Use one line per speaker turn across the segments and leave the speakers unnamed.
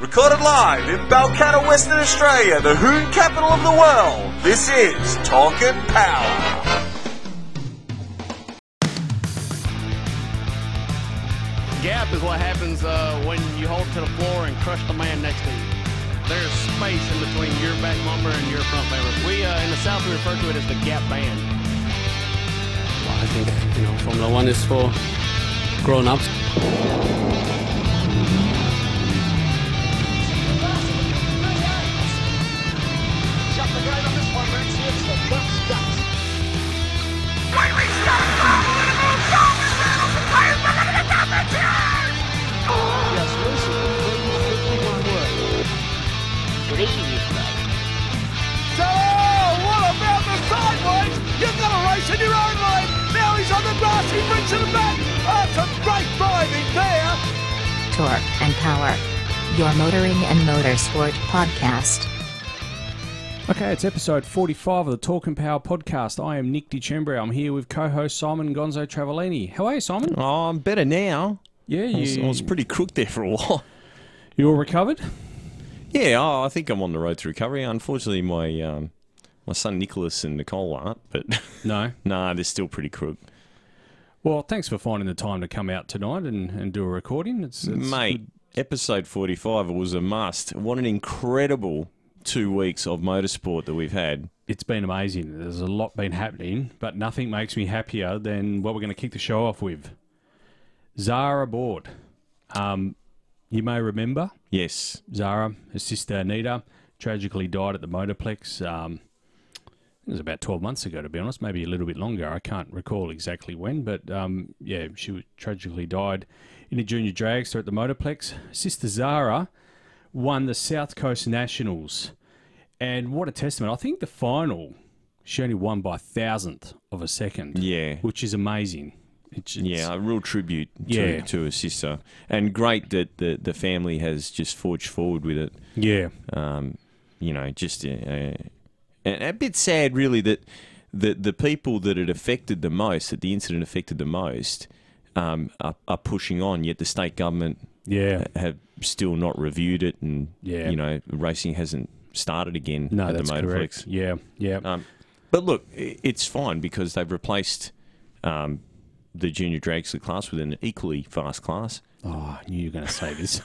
Recorded live in Balcata, Western Australia, the Hoon capital of the world, this is Talking Power.
Gap is what happens uh, when you hold to the floor and crush the man next to you. There's space in between your back bumper and your front bumper. We uh, in the South we refer to it as the gap band. Well, I think you know Formula One is for grown-ups.
So, oh, what about the sideways? You've got a race in your own lane. Now he's on the grass. He brings to the back. That's a great driving there.
Torque and Power. Your motoring and motorsport podcast.
Okay, it's episode 45 of the Talk and Power podcast. I am Nick DiCembro. I'm here with co-host Simon Gonzo Travellini. How are you, Simon?
Oh, I'm better now.
Yeah,
I was, I
you,
was pretty crook there for a while.
you all recovered?
Yeah, oh, I think I'm on the road to recovery. Unfortunately, my um, my son Nicholas and Nicole aren't, but
No.
nah, they're still pretty crook.
Well, thanks for finding the time to come out tonight and, and do a recording. It's, it's
Mate, episode 45 was a must. What an incredible two weeks of motorsport that we've had.
it's been amazing. There's a lot been happening, but nothing makes me happier than what we're going to kick the show off with. Zara Board. Um, you may remember
Yes.
Zara, her sister Anita, tragically died at the Motorplex. Um, it was about 12 months ago, to be honest, maybe a little bit longer. I can't recall exactly when, but um, yeah, she was- tragically died in a junior dragster at the Motorplex. Sister Zara won the South Coast Nationals, and what a testament! I think the final she only won by thousandth of a second,
Yeah.
which is amazing. It's, it's-
Yeah, a real tribute to,
Yeah.
to her sister. And great that the, the family has just forged forward with it.
yeah,
um, you know, just a, a, a bit sad, really, that the the people that it affected the most, that the incident affected the most, um, are, are pushing on. Yet the state government
yeah.
have still not reviewed it, and
Yeah.
you know, racing hasn't started again
No,
at
that's
the Motorplex.
correct. Yeah, yeah.
Um, but look, i- it's fine because they've replaced um, the junior dragster class with an equally fast class.
oh, I knew you were going to say this.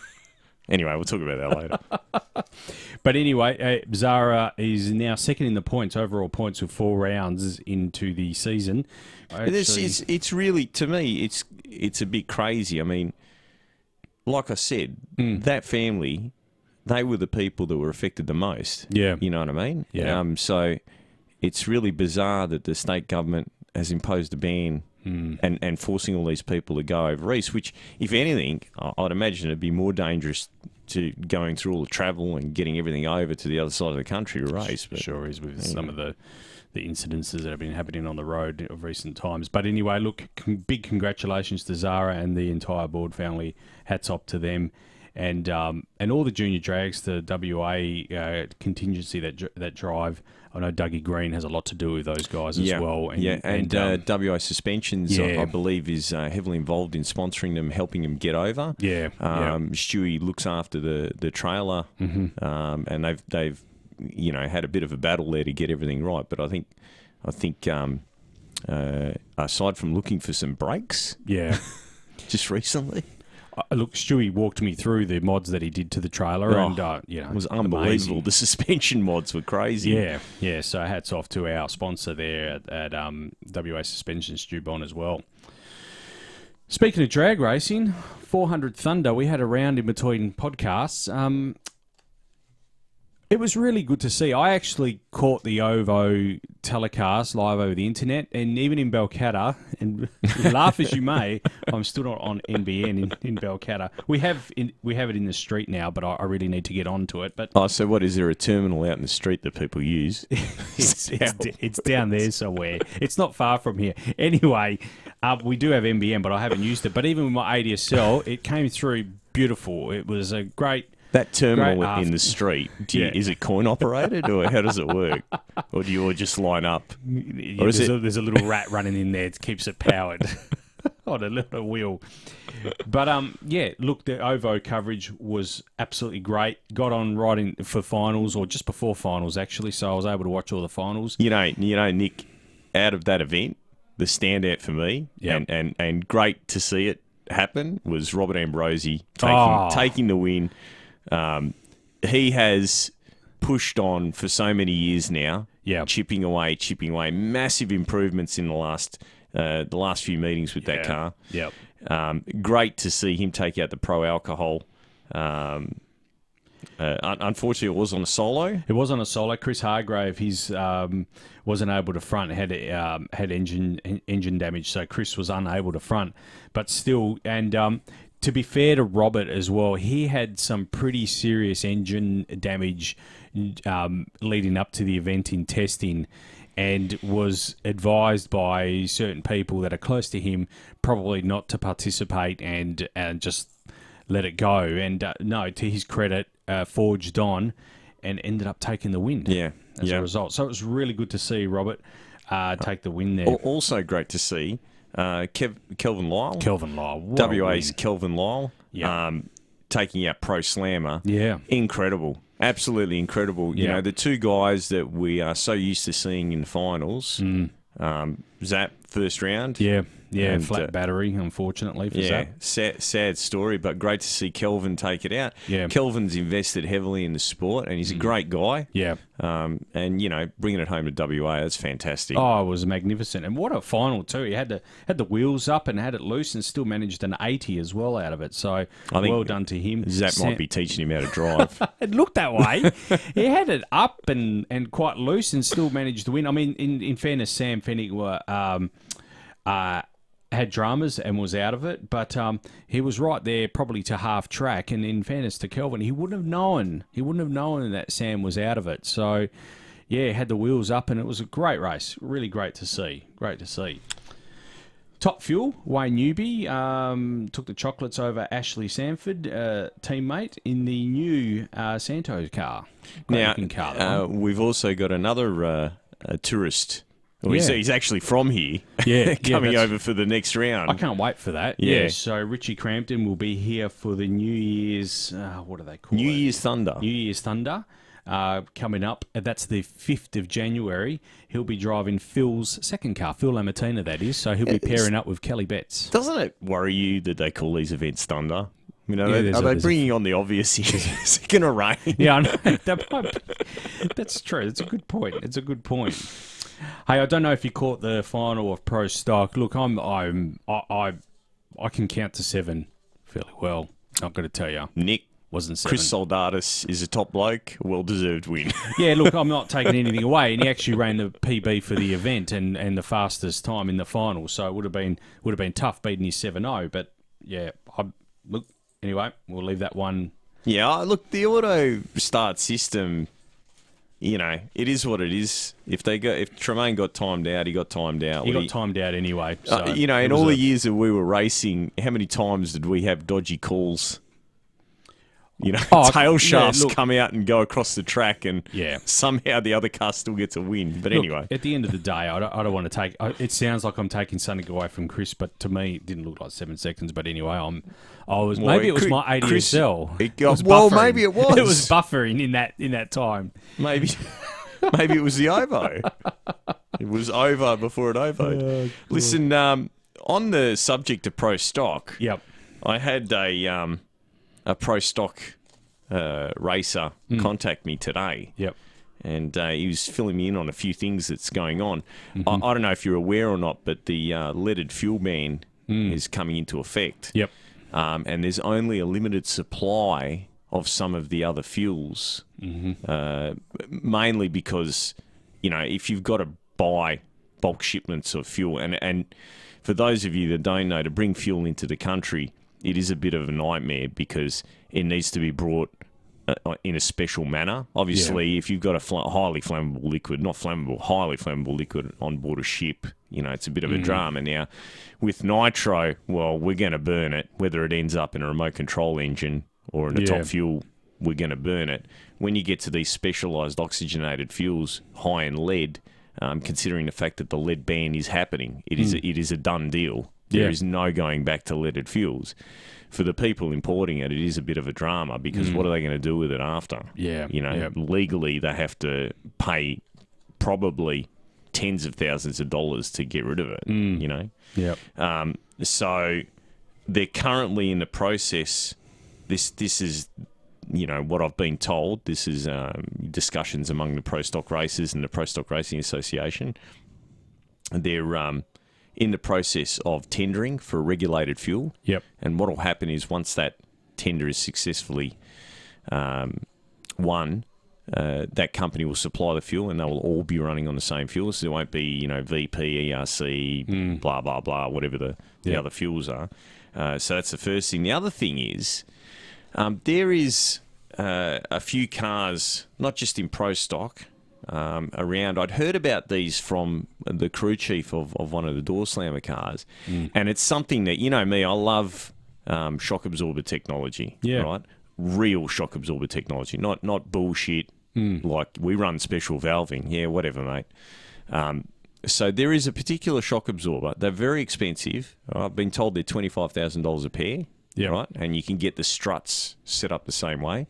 Anyway, we'll talk about that later.
But anyway, uh, Zara is now second in the points, overall points, with four rounds into the season.
This
Actually-
is it's really to me it's it's a bit crazy. I mean, like I said,
Mm.
that family, they were the people that were affected the most.
Yeah.
you know what I mean.
Yeah.
Um, so it's really bizarre that the state government has imposed a ban
Mm.
and and forcing all these people to go over east. Which, if anything, I- I'd imagine it'd be more dangerous to going through all the travel and getting everything over to the other side of the country to race. But
sure is with some of the the incidences that have been happening on the road of recent times. But anyway, look, con- big congratulations to Zara and the entire board family. Hats off to them. And um, and all the junior drags, the WA uh, contingency that dr- that drive. I know Dougie Green has a lot to do with those guys as well.
yeah, and,
um,
uh, WI Suspensions, I,
yeah.
I believe, is uh, heavily involved in sponsoring them, helping them get over.
Yeah, yeah. Mm-hmm.
Um, Stewie looks after the the trailer, um, and they've they've you know had a bit of a battle there to get everything right. But I think I think um, uh, aside from looking for some breaks
yeah.
just recently,
Uh, Look, Stewie walked me through the mods that he did to the trailer,
Oh,
and uh, you know,
it was
amazing.
unbelievable. The suspension mods were crazy.
Yeah, yeah. So hats off to our sponsor there at, at um, WA Suspension Stewbon as well. Speaking of drag racing, 400 Thunder, we had a round in between podcasts. Um, it was really good to see. I actually caught the OVO telecast live over the internet, and even in Belcata, and laugh as you may, I'm still not on NBN in, in Belcata. We have in, we have it in the street now, but I, I really need to get onto it. But
Oh, so what is there a terminal out in the street that people use?
it's, it's, d- it's down there somewhere. It's not far from here. Anyway, uh, we do have MBM, but I haven't used it. But even with my ADSL, it came through beautiful. It was a great.
That terminal
Great
in
after-
the street, do you,
Yeah.
is it coin operated or how does it work? Or do you all just line up?
There's
is
a,
it-
there's a little rat running in there. It keeps it powered. on a little wheel. But um, yeah, look, the OVO coverage was absolutely great. Got on right in for finals or just before finals actually, so I was able to watch all the finals.
You know, you know, Nick, out of that event, the standout for me,
Yeah.
and, and and great to see it happen was Robert Ambrosi taking
Oh.
taking the win. Um, he has pushed on for so many years now,
Yeah.
chipping away, chipping away, massive improvements in the last uh, the last few meetings with that car.
Yep.
Um, great to see him take out the pro alcohol. Um, uh, un- unfortunately, it was on a solo.
It was on a solo. Chris Hargrave, he's um, wasn't able to front. Had um, had engine en- engine damage, so Chris was unable to front. But still, and um, to be fair to Robert as well, he had some pretty serious engine damage um, leading up to the event in testing. And was advised by certain people that are close to him probably not to participate and and just let it go. And uh, no, to his credit, uh, forged on and ended up taking the win.
Yeah,
as
yeah.
a result. So it was really good to see Robert uh, take the win there.
Al- Also great to see uh, Kev- Kelvin Lyle,
Kelvin Law, what a
WA's
win.
Kelvin Lyle,
Yeah.
um, taking out Pro Slammer.
Yeah.
Incredible. Absolutely incredible. You
Yeah.
know, the two guys that we are so used to seeing in the finals, um, Zap, first round.
Mm. Yeah, yeah,
And,
flat
uh,
battery, unfortunately for
Yeah,
Zap.
sad, sad story, but great to see Kelvin take it out.
Yeah. Mm.
Kelvin's invested heavily in the sport, and he's a great guy.
Yeah.
Um, and you know, bringing it home to WA, that's fantastic.
Oh, it was magnificent, and what a final too! He had the had the wheels up and had it loose, and still managed an eighty as well out of it. So
think
well done to him.
Zap
Sam-
might be teaching him how to drive.
It looked that way. he had it up and, and quite loose and still managed to win. I mean, in, in fairness, Sam Fennick were, um, uh, had dramas and was out of it, but um, he was right there probably to half track. And in fairness to Kelvin, he wouldn't have known. He wouldn't have known that Sam was out of it. So, yeah, had the wheels up and it was a great race. Really great to see. Great to see. Top Fuel, Wayne Newby um, took the chocolates over Ashley Sanford, uh, teammate, in the new uh, Santos car. Great
Now,
looking car, that
uh,
one.
we've also got another uh, a tourist. Well, he's,
Yeah.
he's actually from here.
Yeah, yeah,
coming
that's-
over for the next round.
I can't wait for that.
Yeah.
So Richie Crampton will be here for the New Year's. Uh, what do they call
New
it?
Year's Thunder.
New Year's Thunder uh, coming up. Uh, That's the 5th of January. He'll be driving Phil's second car, Phil Lamatina, that is. So he'll be pairing up with Kelly Betts.
Doesn't it worry you that they call these events Thunder? You know,
Yeah,
they,
there's
are
a-
they
there's a-
bringing on the obvious here? Is it going to rain?
Yeah, I know. That might be- that's true. That's a good point. It's a good point. Hey, I don't know if you caught the final of Pro Stock. Look, I'm, I'm, I, I, I can count to seven fairly well. Not going to tell you.
Nick,
Wasn't seven.
Chris Soldatis is a top bloke. Well deserved win.
Yeah, look, I'm not taking anything away, and he actually ran the PB for the event and, and the fastest time in the final. So it would have been would have been tough beating his 7-0, But yeah, I look anyway. We'll leave that one.
yeah, I- look, the auto start system. You know, it is what it is. If they go, if Tremaine got timed out, he got timed out.
He
What
got timed out anyway. So
Uh, you know,
it
in
was
all
a-
the years that we were racing, how many times did we have dodgy calls? You know,
Oh, yeah,
tail shafts
look.
come out and go across the track, and
Yeah.
somehow the other car still gets a win. But
Look,
anyway,
at the end of the day, I don't, I don't want to take. I, it sounds like I'm taking something away from Chris, but to me, it didn't look like seven seconds. But anyway, I'm. I was
Well,
maybe
it
it was
could-
my
Chris-
ADSL.
it got- well,
buffering.
maybe it was.
It was buffering in that in that time.
maybe maybe it was the ovo. it was over before it ovoed. Listen, um, on the subject of pro stock,
Yep.
I had a um, a pro stock uh, racer contact me today.
Yep.
and uh, he was filling me in on a few things that's going on. I, I don't know if you're aware or not, but the uh, leaded fuel ban is coming into effect.
Yep.
Um, and there's only a limited supply of some of the other fuels, uh, mainly because, you know, if you've got to buy bulk shipments of fuel, and, and for those of you that don't know, to bring fuel into the country, it is a bit of a nightmare because it needs to be brought uh, in a special manner. Obviously, if you've got a fl- highly flammable liquid, not flammable, highly flammable liquid on board a ship, you know, it's a bit of a drama. Now, with nitro, well, we're going to burn it, whether it ends up in a remote control engine or in a
Yeah.
top fuel, we're going to burn it. When you get to these specialized oxygenated fuels high in lead, um, considering the fact that the lead ban is happening, it is a, it is a done deal.
Hmm. Yeah.
There is no going back to leaded fuels. For the people importing it, it is a bit of a drama because what are they going to do with it after?
Hmm. Yeah,
You know,
yeah.
legally, they have to pay probably tens of thousands of dollars to get rid of it,
Hmm.
you know?
Yep.
Um, so they're currently in the process. This this is, you know, what I've been told. This is um, discussions among the pro stock racers and the pro stock racing association. They're um, in the process of tendering for regulated fuel.
Yep.
And what will happen is once that tender is successfully um, won, uh, that company will supply the fuel and they will all be running on the same fuel. So there won't be, you know, VP, ERC, blah, blah, blah, whatever the, the
Yeah.
other fuels are. Uh, so that's the first thing. The other thing is um, there is uh, a few cars, not just in pro stock, um, around. I'd heard about these from the crew chief of, of one of the door slammer cars, and it's something that you know me. I love um, shock absorber technology,
Yeah.
right? Real shock absorber technology, not not bullshit. Like we run special valving, yeah, whatever, mate. Um, so there is a particular shock absorber. They're very expensive. all right? I've been told they're twenty five thousand dollars a pair.
Yeah.
Right. And you can get the struts set up the same way.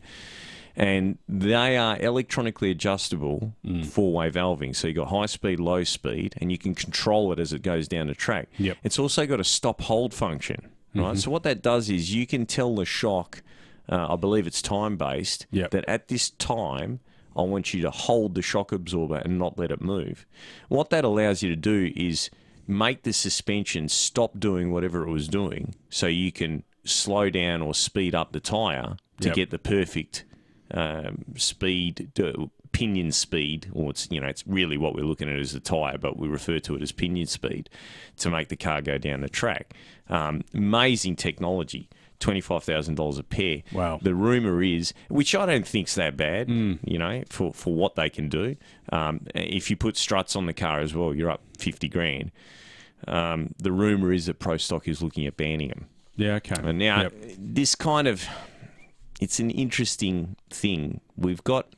And they are electronically adjustable
Mm.
four way valving. So you've got high speed, low speed, and you can control it as it goes down the track.
Yep. Mm-hmm.
It's also got a stop hold function. Right. So what that does is you can tell the shock, uh, I believe it's time based,
Yep.
that at this time, I want you to hold the shock absorber and not let it move. What that allows you to do is make the suspension stop doing whatever it was doing so you can slow down or speed up the tire to
Yep.
get the perfect um, speed, to- pinion speed, or it's, you know, it's really what we're looking at as the tire, but we refer to it as pinion speed to make the car go down the track. Um, amazing technology. $25,000 a pair.
Wow.
The rumor is, which I don't think's that bad, you know, for, for what they can do. Um, if you put struts on the car as well, you're up 50 grand. Um, the rumor is that Pro Stock is looking at banning them.
Yeah. Okay.
And now
Yep.
this kind of it's an interesting thing. We've got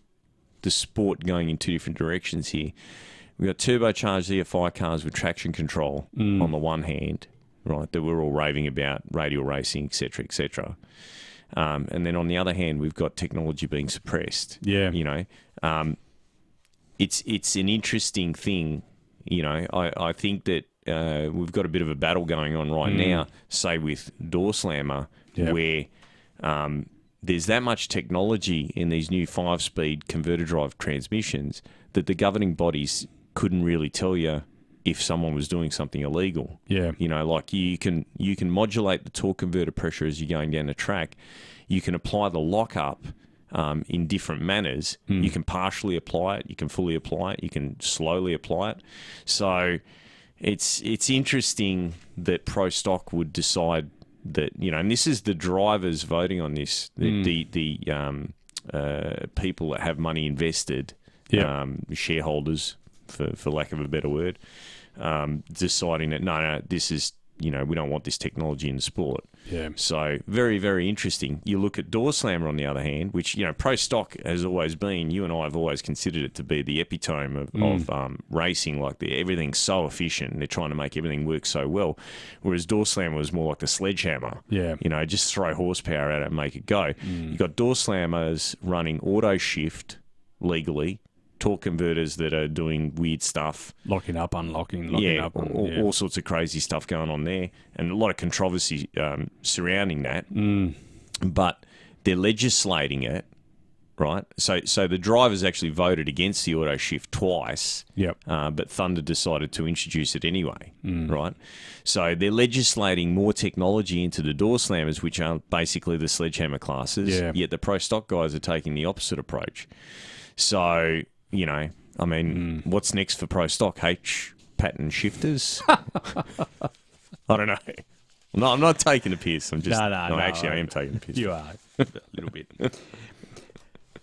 the sport going in two different directions here. We've got turbocharged EFI cars with traction control
Mm.
on the one hand, right, that we're all raving about, radial racing, et cetera, et cetera. Um, and then on the other hand, we've got technology being suppressed.
Yeah.
You know, um, it's it's an interesting thing. You know, I, I think that uh, we've got a bit of a battle going on right now, say with Door Slammer,
Yeah.
where um, there's that much technology in these new five speed converter drive transmissions that the governing bodies couldn't really tell you if someone was doing something illegal.
Yeah.
You know, like you can you can modulate the torque converter pressure as you're going down the track. You can apply the lockup um, in different manners. You can partially apply it. You can fully apply it. You can slowly apply it. So it's it's interesting that Pro Stock would decide that you know, and this is the drivers voting on this. The the, the um, uh, people that have money invested,
Yeah.
um, shareholders, for for lack of a better word, um, deciding that no, no, this is you know we don't want this technology in the sport.
Yeah.
So very very interesting. You look at Door Slammer on the other hand, which you know pro stock has always been. You and I have always considered it to be the epitome of,
Mm.
of um, racing. Like the, everything's so efficient, they're trying to make everything work so well. Whereas Door Slammer was more like a sledgehammer.
Yeah. Mm.
You know, just throw horsepower at it and make it go. You've got Door Slammers running auto shift legally. Torque converters that are doing weird stuff
Locking up, unlocking, locking
yeah,
up.
all,
and-
all-
yeah.
all sorts of crazy stuff going on there, and a lot of controversy um, surrounding that.
Mm.
But they're legislating it, right? So, so the drivers actually voted against the auto shift twice.
Yep.
Uh, but Thunder decided to introduce it anyway,
Mm.
right? So they're legislating more technology into the door slammers, which are basically the sledgehammer classes.
Yeah.
Yet the pro stock guys are taking the opposite approach. So, you know, I mean,
Mm.
what's next for pro stock? H pattern shifters? I don't know. No, I'm not taking a piss. I'm just.
No, no, no,
actually, I
I-
am taking a piss.
You are.
a little bit.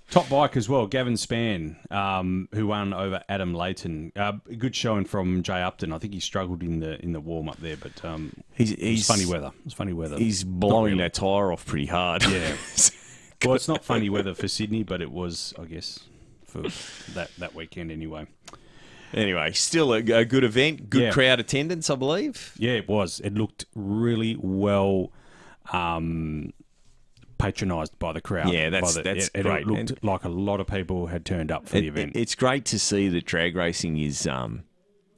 Top bike as well, Gavin Spann, um, who won over Adam Layton. Uh, good showing from Jay Upton. I think he struggled in the in the warm up there, but um,
He's,
it's
he's
funny weather. It's funny weather.
He's blowing
really.
that tire off pretty hard.
Yeah. well, it's not funny weather for Sydney, but it was, I guess, for that that weekend anyway.
Anyway, still a, a good event, good
Yeah.
crowd attendance, I believe.
Yeah, it was. It looked really well um, patronised by the crowd.
Yeah, that's-
by the,
that's
it,
great.
It looked
And-
like a lot of people had turned up for
It-
the event.
it- it's great to see that drag racing is um,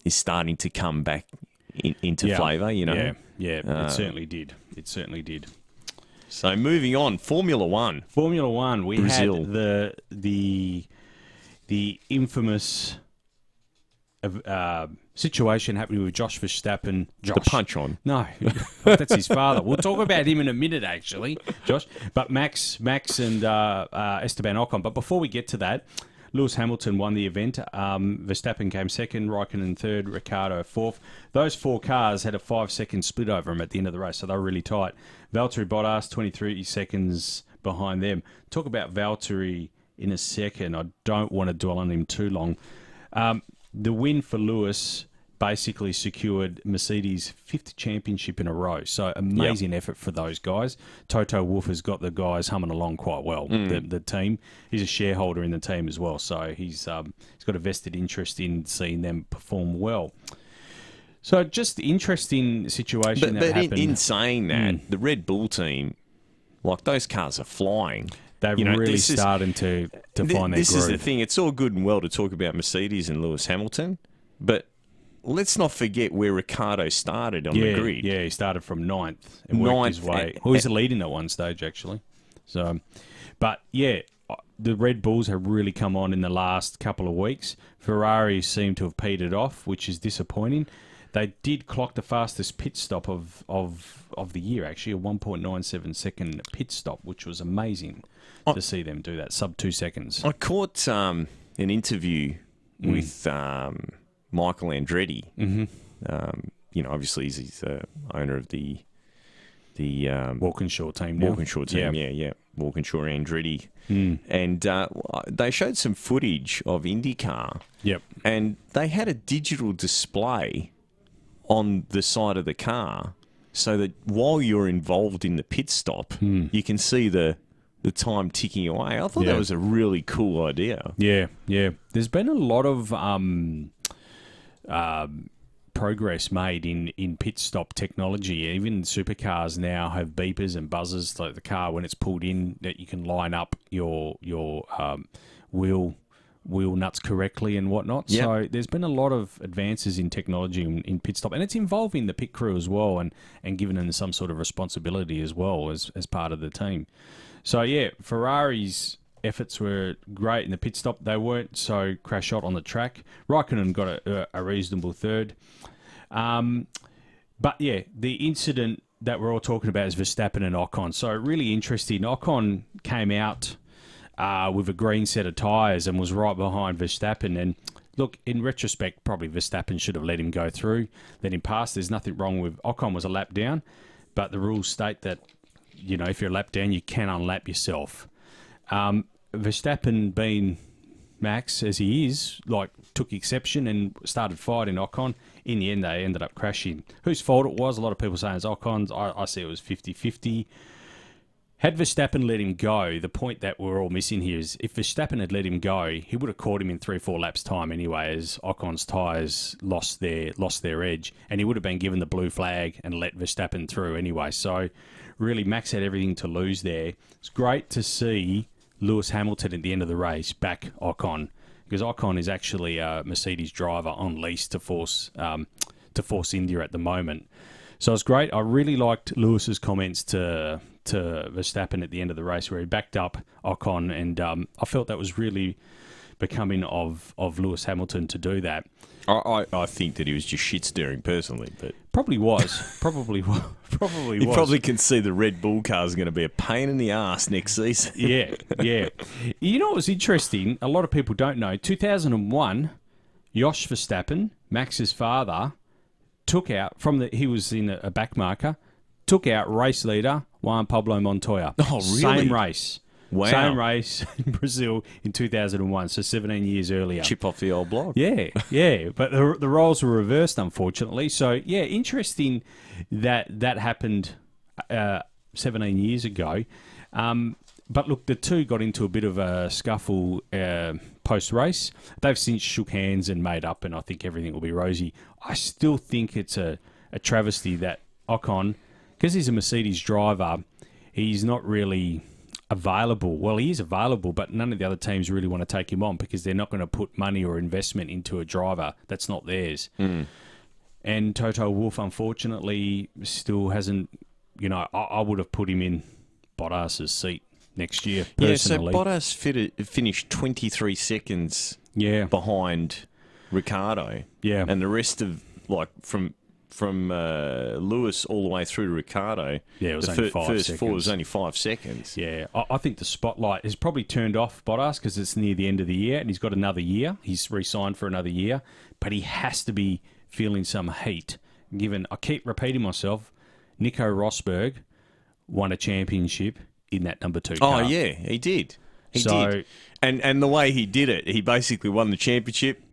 is starting to come back in, into
Yeah.
flavour. You know.
Yeah, yeah,
Uh,
it certainly did. It certainly did.
So moving on, Formula One.
Formula One, we
Brazil.
had the the the infamous uh, situation happening with Josh Verstappen. Josh.
The punch on.
No, Oh, that's his father. We'll talk about him in a minute, actually, Josh. But Max, Max, and uh, uh, Esteban Ocon. But before we get to that, Lewis Hamilton won the event. Um, Verstappen came second, Raikkonen third, Ricardo fourth. Those four cars had a five-second split over them at the end of the race, so they were really tight. Valtteri Bottas, twenty-three seconds behind them. Talk about Valtteri in a second. I don't want to dwell on him too long. Um, the win for Lewis basically secured Mercedes' fifth championship in a row. So amazing effort for those guys. Toto Wolf has got the guys humming along quite well.
Mm.
The, the team, he's a shareholder in the team as well, so he's um, he's got a vested interest in seeing them perform well. So just interesting situation that Hmm.
But, but in,
happened.
in saying that, the Red Bull team, like those cars are flying.
They're
You know,
really
this is-
starting to to
Th-
find their
this
groove.
is the thing. It's all good and well to talk about Mercedes and Lewis Hamilton, but let's not forget where Ricardo started on
yeah,
the grid.
Yeah, he started from ninth and worked his
Ninth,
way.
eh,
Well, he was the leading at one stage actually. So, um, but yeah, uh, the Red Bulls have really come on in the last couple of weeks. Ferrari seem to have petered off, which is disappointing. They did clock the fastest pit stop of of of the year actually, a one point nine seven second pit stop, which was amazing
Oh.
to see them do that sub two seconds.
I caught um, an interview with um, Michael Andretti. Mm. Mm-hmm. Um, you know, obviously he's, he's the owner of the the um,
Walkinshaw team now.
Walkinshaw team. Yeah, yeah. Walkinshaw Andretti, and uh, they showed some footage of IndyCar.
Yep.
and they had a digital display on the side of the car so that while you're involved in the pit stop, you can see the the time ticking away. I thought
Yeah.
that was a really cool idea.
Yeah, yeah. There's been a lot of um, uh, progress made in, in pit stop technology. Even supercars now have beepers and buzzers, like the car when it's pulled in, that you can line up your your um, wheel wheel nuts correctly and whatnot.
Yep.
So there's been a lot of advances in technology in, in pit stop, and it's involving the pit crew as well, and and giving them some sort of responsibility as well as as part of the team. So yeah, Ferrari's efforts were great in the pit stop. They weren't so crash hot on the track. Raikkonen got a, a reasonable third. Um, but yeah, the incident that we're all talking about is Verstappen and Ocon. So really interesting. Ocon came out uh, with a green set of tyres and was right behind Verstappen. And look, in retrospect, probably Verstappen should have let him go through, let him pass. There's nothing wrong with Ocon was a lap down, but the rules state that you know if you're a lap down, you can unlap yourself. Um, Verstappen being Max as he is, like took exception and started fighting Ocon. In the end, they ended up crashing. Whose fault it was? A lot of people saying it's Ocon's. I, I say it was 50-50. Had Verstappen let him go, the point that we're all missing here is if Verstappen had let him go, he would have caught him in three, four laps time anyway, as Ocon's tyres lost their lost their edge, and he would have been given the blue flag and let Verstappen through anyway. So really Max had everything to lose there. It's great to see Lewis Hamilton at the end of the race back Ocon. Because Ocon is actually a Mercedes driver on lease to force um, to force India at the moment. So it's great. I really liked Lewis's comments to to Verstappen at the end of the race, where he backed up Ocon, and um, I felt that was really becoming of of Lewis Hamilton to do that.
I, I, I think that he was just shit stirring personally, but
Probably was, probably was, probably
you
was.
probably can see the Red Bull car is going to be a pain in the ass next season.
yeah, yeah. You know what was interesting? A lot of people don't know. 2001, Josh Verstappen, Max's father, took out from the. He was in a, a back marker, took out race leader Juan Pablo Montoya.
Oh, really?
Same race.
Wow.
Same race in Brazil in 2001, so 17 years earlier.
Chip off the old block.
Yeah, yeah, but the, the roles were reversed, unfortunately. So yeah, interesting that that happened uh, 17 years ago. Um, But look, the two got into a bit of a scuffle uh, post race. They've since shook hands and made up, and I think everything will be rosy. I still think it's a, a travesty that Ocon, because he's a Mercedes driver, he's not really available. Well, he is available, but none of the other teams really want to take him on because they're not going to put money or investment into a driver that's not theirs. And Toto Wolf, unfortunately, still hasn't. You know, I, I would have put him in Bottas's seat next year personally.
Yeah, so Bottas fit, finished 23 seconds
Yeah.
behind Ricardo.
Yeah.
And the rest of, like, from from uh, Lewis all the way through to Ricardo,
Yeah, it was
the
only
fir-
five
first four was
seconds.
only five seconds.
yeah, I, I think the spotlight is probably turned off Bottas because it's near the end of the year and he's got another year. He's re-signed for another year, but he has to be feeling some heat. Given I keep repeating myself, Nico Rosberg won a championship in that number two.
Oh
car.
yeah, he did. He
So-
did. And and the way he did it, he basically won the championship,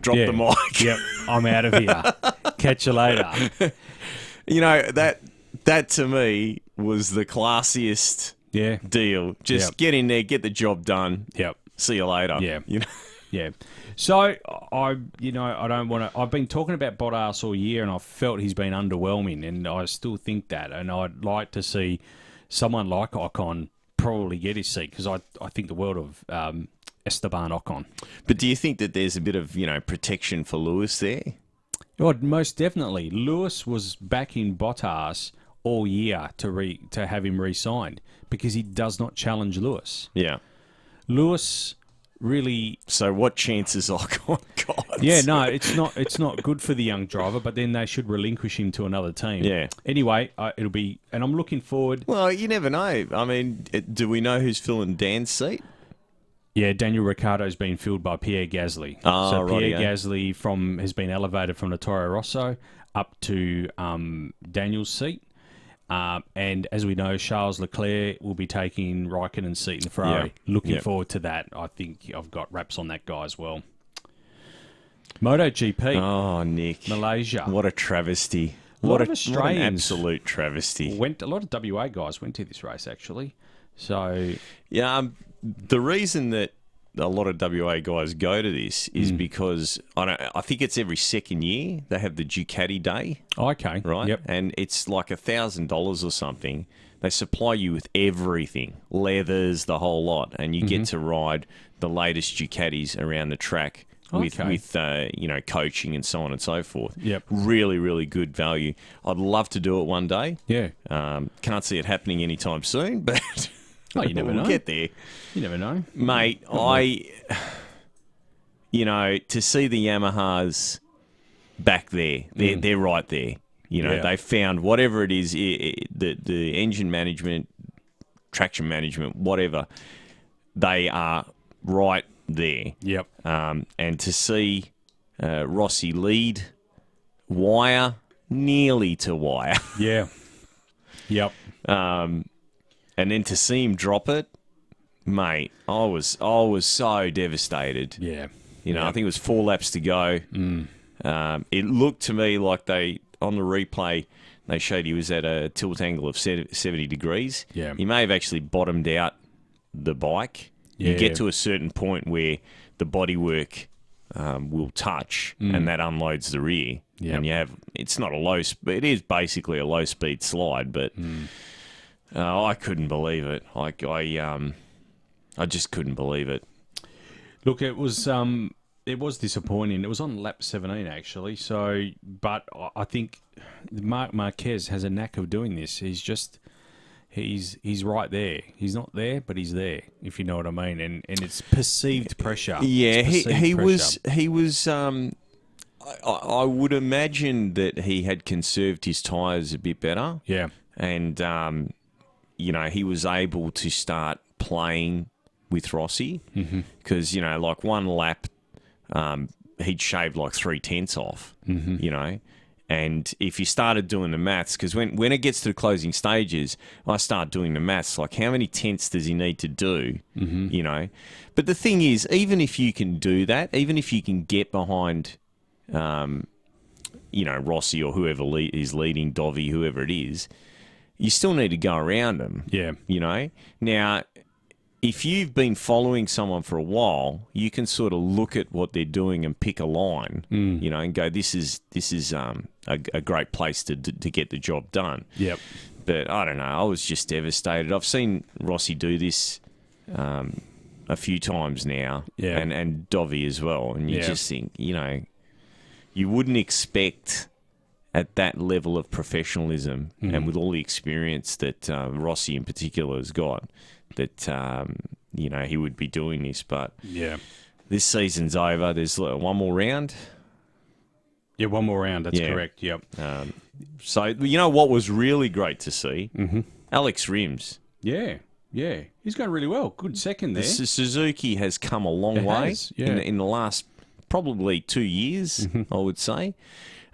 dropped
yeah.
the mic.
yep, I'm out of here. Catch you later.
You know that that to me was the classiest
Yeah,
deal. Just
Yep.
get in there, get the job done.
yep.
See you later.
Yeah.
You know.
Yeah. So I, you know, I don't want to. I've been talking about Bottas all year, and I felt he's been underwhelming, and I still think that. And I'd like to see someone like Ocon probably get his seat because I, I think the world of um, Esteban Ocon.
But do you think that there's a bit of you know protection for Lewis there?
Oh, most definitely. Lewis was backing Bottas all year to re to have him re-signed because he does not challenge Lewis.
Yeah.
Lewis really
So what chances Ocon got?
Yeah, no, it's not. It's not good for the young driver. But then they should relinquish him to another team.
Yeah.
Anyway, uh, it'll be, and I'm looking forward.
Well, you never know. I mean, it- do we know who's filling Dan's seat?
Yeah, Daniel Ricciardo's been filled by Pierre Gasly.
Ah,
so
rightio.
Pierre Gasly from has been elevated from the Toro Rosso up to um, Daniel's seat. Um, and as we know, Charles Leclerc will be taking Raikkonen's seat in the Ferrari.
Yeah.
Looking
Yeah.
forward to that. I think I've got wraps on that guy as well. MotoGP,
Oh, Nick.
Malaysia.
What a travesty.
A lot
What
of
a
Australians-
what an absolute travesty.
went a lot of WA guys went to this race actually. So
Yeah, um, the reason that a lot of WA guys go to this is
Mm.
because I don't I think it's every second year they have the Ducati day,
okay,
right?
Yep.
And it's like a thousand dollars or something. They supply you with everything, leathers, the whole lot, and you get
Mm-hmm.
to ride the latest Ducatis around the track with
Okay.
with uh, you know coaching and so on and so forth.
Yep.
Really, really good value. I'd love to do it one day.
Yeah,
Um, can't see it happening anytime soon, but
Oh, you never
we'll
know.
get there,
you never know.
mate. I, you know, to see the Yamahas back there, they're they're right there. You know,
Mm. Yeah.
they found whatever it is, i i the the engine management, traction management, whatever. They are right there,
Yep.
um, and to see uh, Rossi lead wire nearly to wire.
Yeah. Yep.
and then to see him drop it, mate, I was I was so devastated.
Yeah. Mm.
You know, I think it was four laps to go. Um, it looked to me like they on the replay they showed he was at a tilt angle of se- seventy degrees.
Yeah.
he may have actually bottomed out the bike. You
Yeah.
get to a certain point where the bodywork um, will touch,
Mm.
and that unloads the rear.
Yep.
And you have it's not a low, sp- it is basically a low speed slide, but
Mm.
uh, I couldn't believe it. I, I um, I just couldn't believe it.
Look, it was um, it was disappointing. It was on lap seventeen actually. So, but I- I think Mark Marquez has a knack of doing this. He's just. He's he's right there. He's not there, but he's there. If you know what I mean, and and it's perceived pressure.
Yeah,
It's
he,
perceived
he
pressure.
was he was. Um, I, I I would imagine that he had conserved his tyres a bit better,
Yeah,
and um, you know he was able to start playing with Rossi because you know like one lap, um, he'd shaved like three tenths off, you know. And if you started doing the maths, because when, when it gets to the closing stages, I start doing the maths, like how many tenths does he need to do, you know? But the thing is, even if you can do that, even if you can get behind, um, you know, Rossi or whoever le- is leading, Dovi, whoever it is, you still need to go around them,
yeah,
you know? Now, if you've been following someone for a while, you can sort of look at what they're doing and pick a line, you know, and go, this is this is um, a, a great place to, to to get the job done.
Yep.
But I don't know. I was just devastated. I've seen Rossi do this um, a few times now,
Yeah.
and and Dovey as well. And you
Yeah.
just think, you know, you wouldn't expect at that level of professionalism
Mm-hmm.
and with all the experience that uh, Rossi in particular has got, that um, you know he would be doing this. But
Yeah.
this season's over. There's like, one more round.
Yeah, one more round. That's
Yeah.
correct. Yep.
So you know what was really great to see, mm-hmm. Alex Rims.
Yeah. Yeah. He's going really well. Good second there.
The Su- Suzuki has come a long
It
way
has, yeah. Mm-hmm.
in, in the last probably two years, I would say,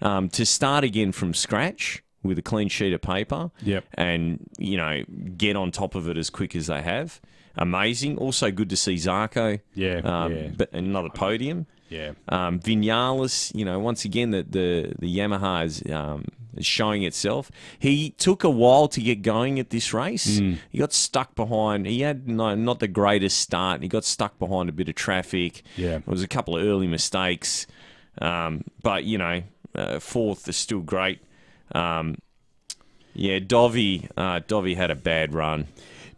um, to start again from scratch with a clean sheet of paper
Yep.
and, you know, get on top of it as quick as they have. Amazing. Also good to see Zarko.
Yeah,
Um,
yeah.
But another podium.
yeah.
Um, Vinales, you know, once again, the, the, the Yamaha is, um, is showing itself. He took a while to get going at this race. He got stuck behind. He had no, not the greatest start. He got stuck behind a bit of traffic.
Yeah.
There was a couple of early mistakes. Um, but, you know, uh, fourth is still great. Um, yeah, Dovey, uh, Dovey had a bad run.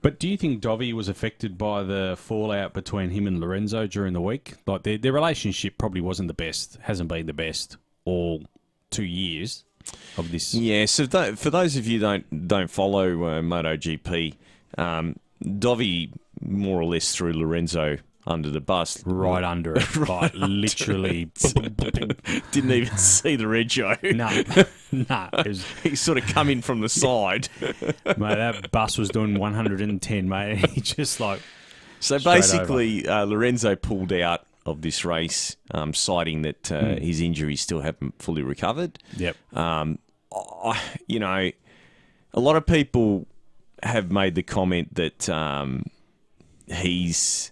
But do you think Dovey was affected by the fallout between him and Lorenzo during the week? Like their, their relationship probably wasn't the best, hasn't been the best all two years of this.
Yeah, so tho- for those of you don't don't follow uh, MotoGP, um, Dovi more or less threw Lorenzo under the bus.
Right under it, Mm. right literally.
Didn't even see the Reggio.
No, no, it was,
He sort of come in from the side.
mate. That bus was doing 110, mate. He just like,
So
Straight
basically, uh, Lorenzo pulled out of this race, um, citing that uh,
Hmm.
his injuries still haven't fully recovered.
yep,
um, I, you know, a lot of people have made the comment that um, he's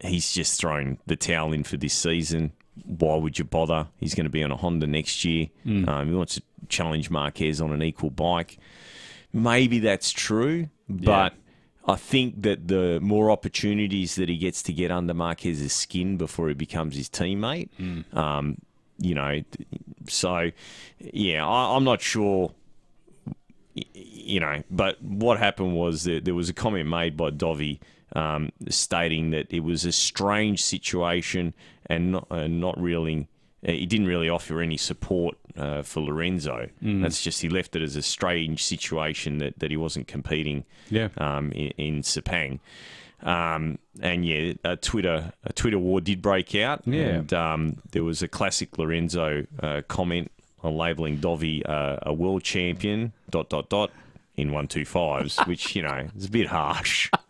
he's just thrown the towel in for this season. Why would you bother? He's going to be on a Honda next year. Um, he wants to challenge Marquez on an equal bike. Maybe that's true, but I think that the more opportunities that he gets to get under Marquez's skin before he becomes his teammate, um, you know, th- so yeah, I, I'm not sure, y- you know, but what happened was that there was a comment made by Dovey um, stating that it was a strange situation and not, uh, not really. uh, He didn't really offer any support uh, for Lorenzo. That's just he left it as a strange situation that, that he wasn't competing
yeah,
um, in, in Sepang. Um, and yeah, a Twitter a Twitter war did break out.
Yeah.
And um, there was a classic Lorenzo uh, comment on labeling Dovi uh, a world champion, dot, dot, dot, in 125s, which, you know, is a bit harsh.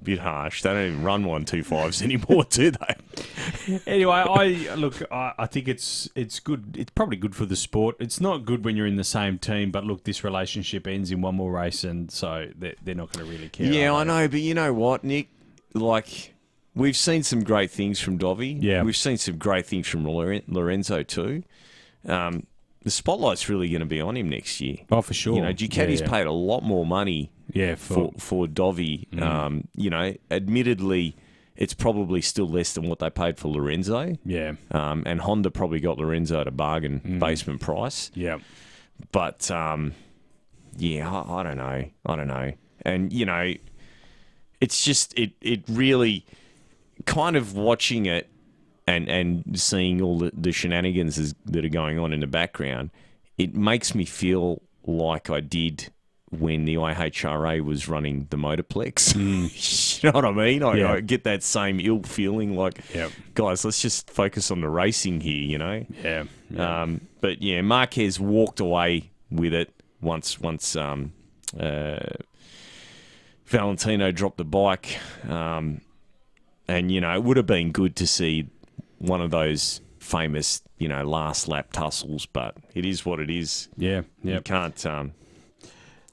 bit harsh. They don't even run 125s anymore, do they?
anyway, I look. I, I think it's it's good. It's probably good for the sport. It's not good when you're in the same team. But look, this relationship ends in one more race, and so they're, they're not going to really care.
Yeah,
are
I know, but you know what, Nick? Like, we've seen some great things from Dovey.
Yeah.
We've seen some great things from Loren- Lorenzo, too. Um, the spotlight's really going to be on him next year.
they? Oh, for sure.
You know, Ducati's
yeah, yeah.
paid a lot more money
Yeah,
for,
for, Mm.
for Dovey. Um, you know, admittedly, it's probably still less than what they paid for Lorenzo.
yeah, Mm.
Um, and Honda probably got Lorenzo at a bargain basement price
yeah.
but um, yeah, I, I don't know, I don't know, and you know, it's just it it really kind of watching it and and seeing all the, the shenanigans is, that are going on in the background, it makes me feel like I did when the IHRA was running the Motorplex. you know what I mean? I,
Mm. Yeah.
I get that same ill feeling like,
Yep.
guys, let's just focus on the racing here, you know?
Yeah.
Um, but yeah, Marquez walked away with it once once um, uh, Valentino dropped the bike, um, and you know it would have been good to see one of those famous you know last lap tussles, but it is what it is.
yeah. Yeah.
You can't um,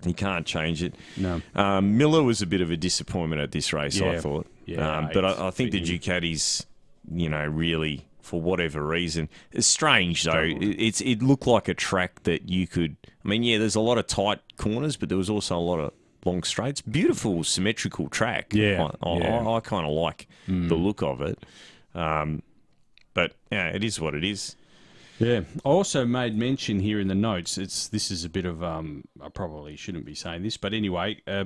you can't change it.
No.
Um, Miller was a bit of a disappointment at this race, I
Yeah.
thought.
Yeah,
um, but
it's
I, I think the
been-
Ducatis, you know, really for whatever reason, it's strange though. It, it's it looked like a track that you could. I mean, yeah, there's a lot of tight corners, but there was also a lot of long straights. Beautiful symmetrical track.
Yeah,
I, I,
yeah. Mm.
I, I kind of like the look of it. Um, but yeah, it is what it is.
Yeah. I also made mention here in the notes. It's this is a bit of um. I probably shouldn't be saying this, but anyway, uh,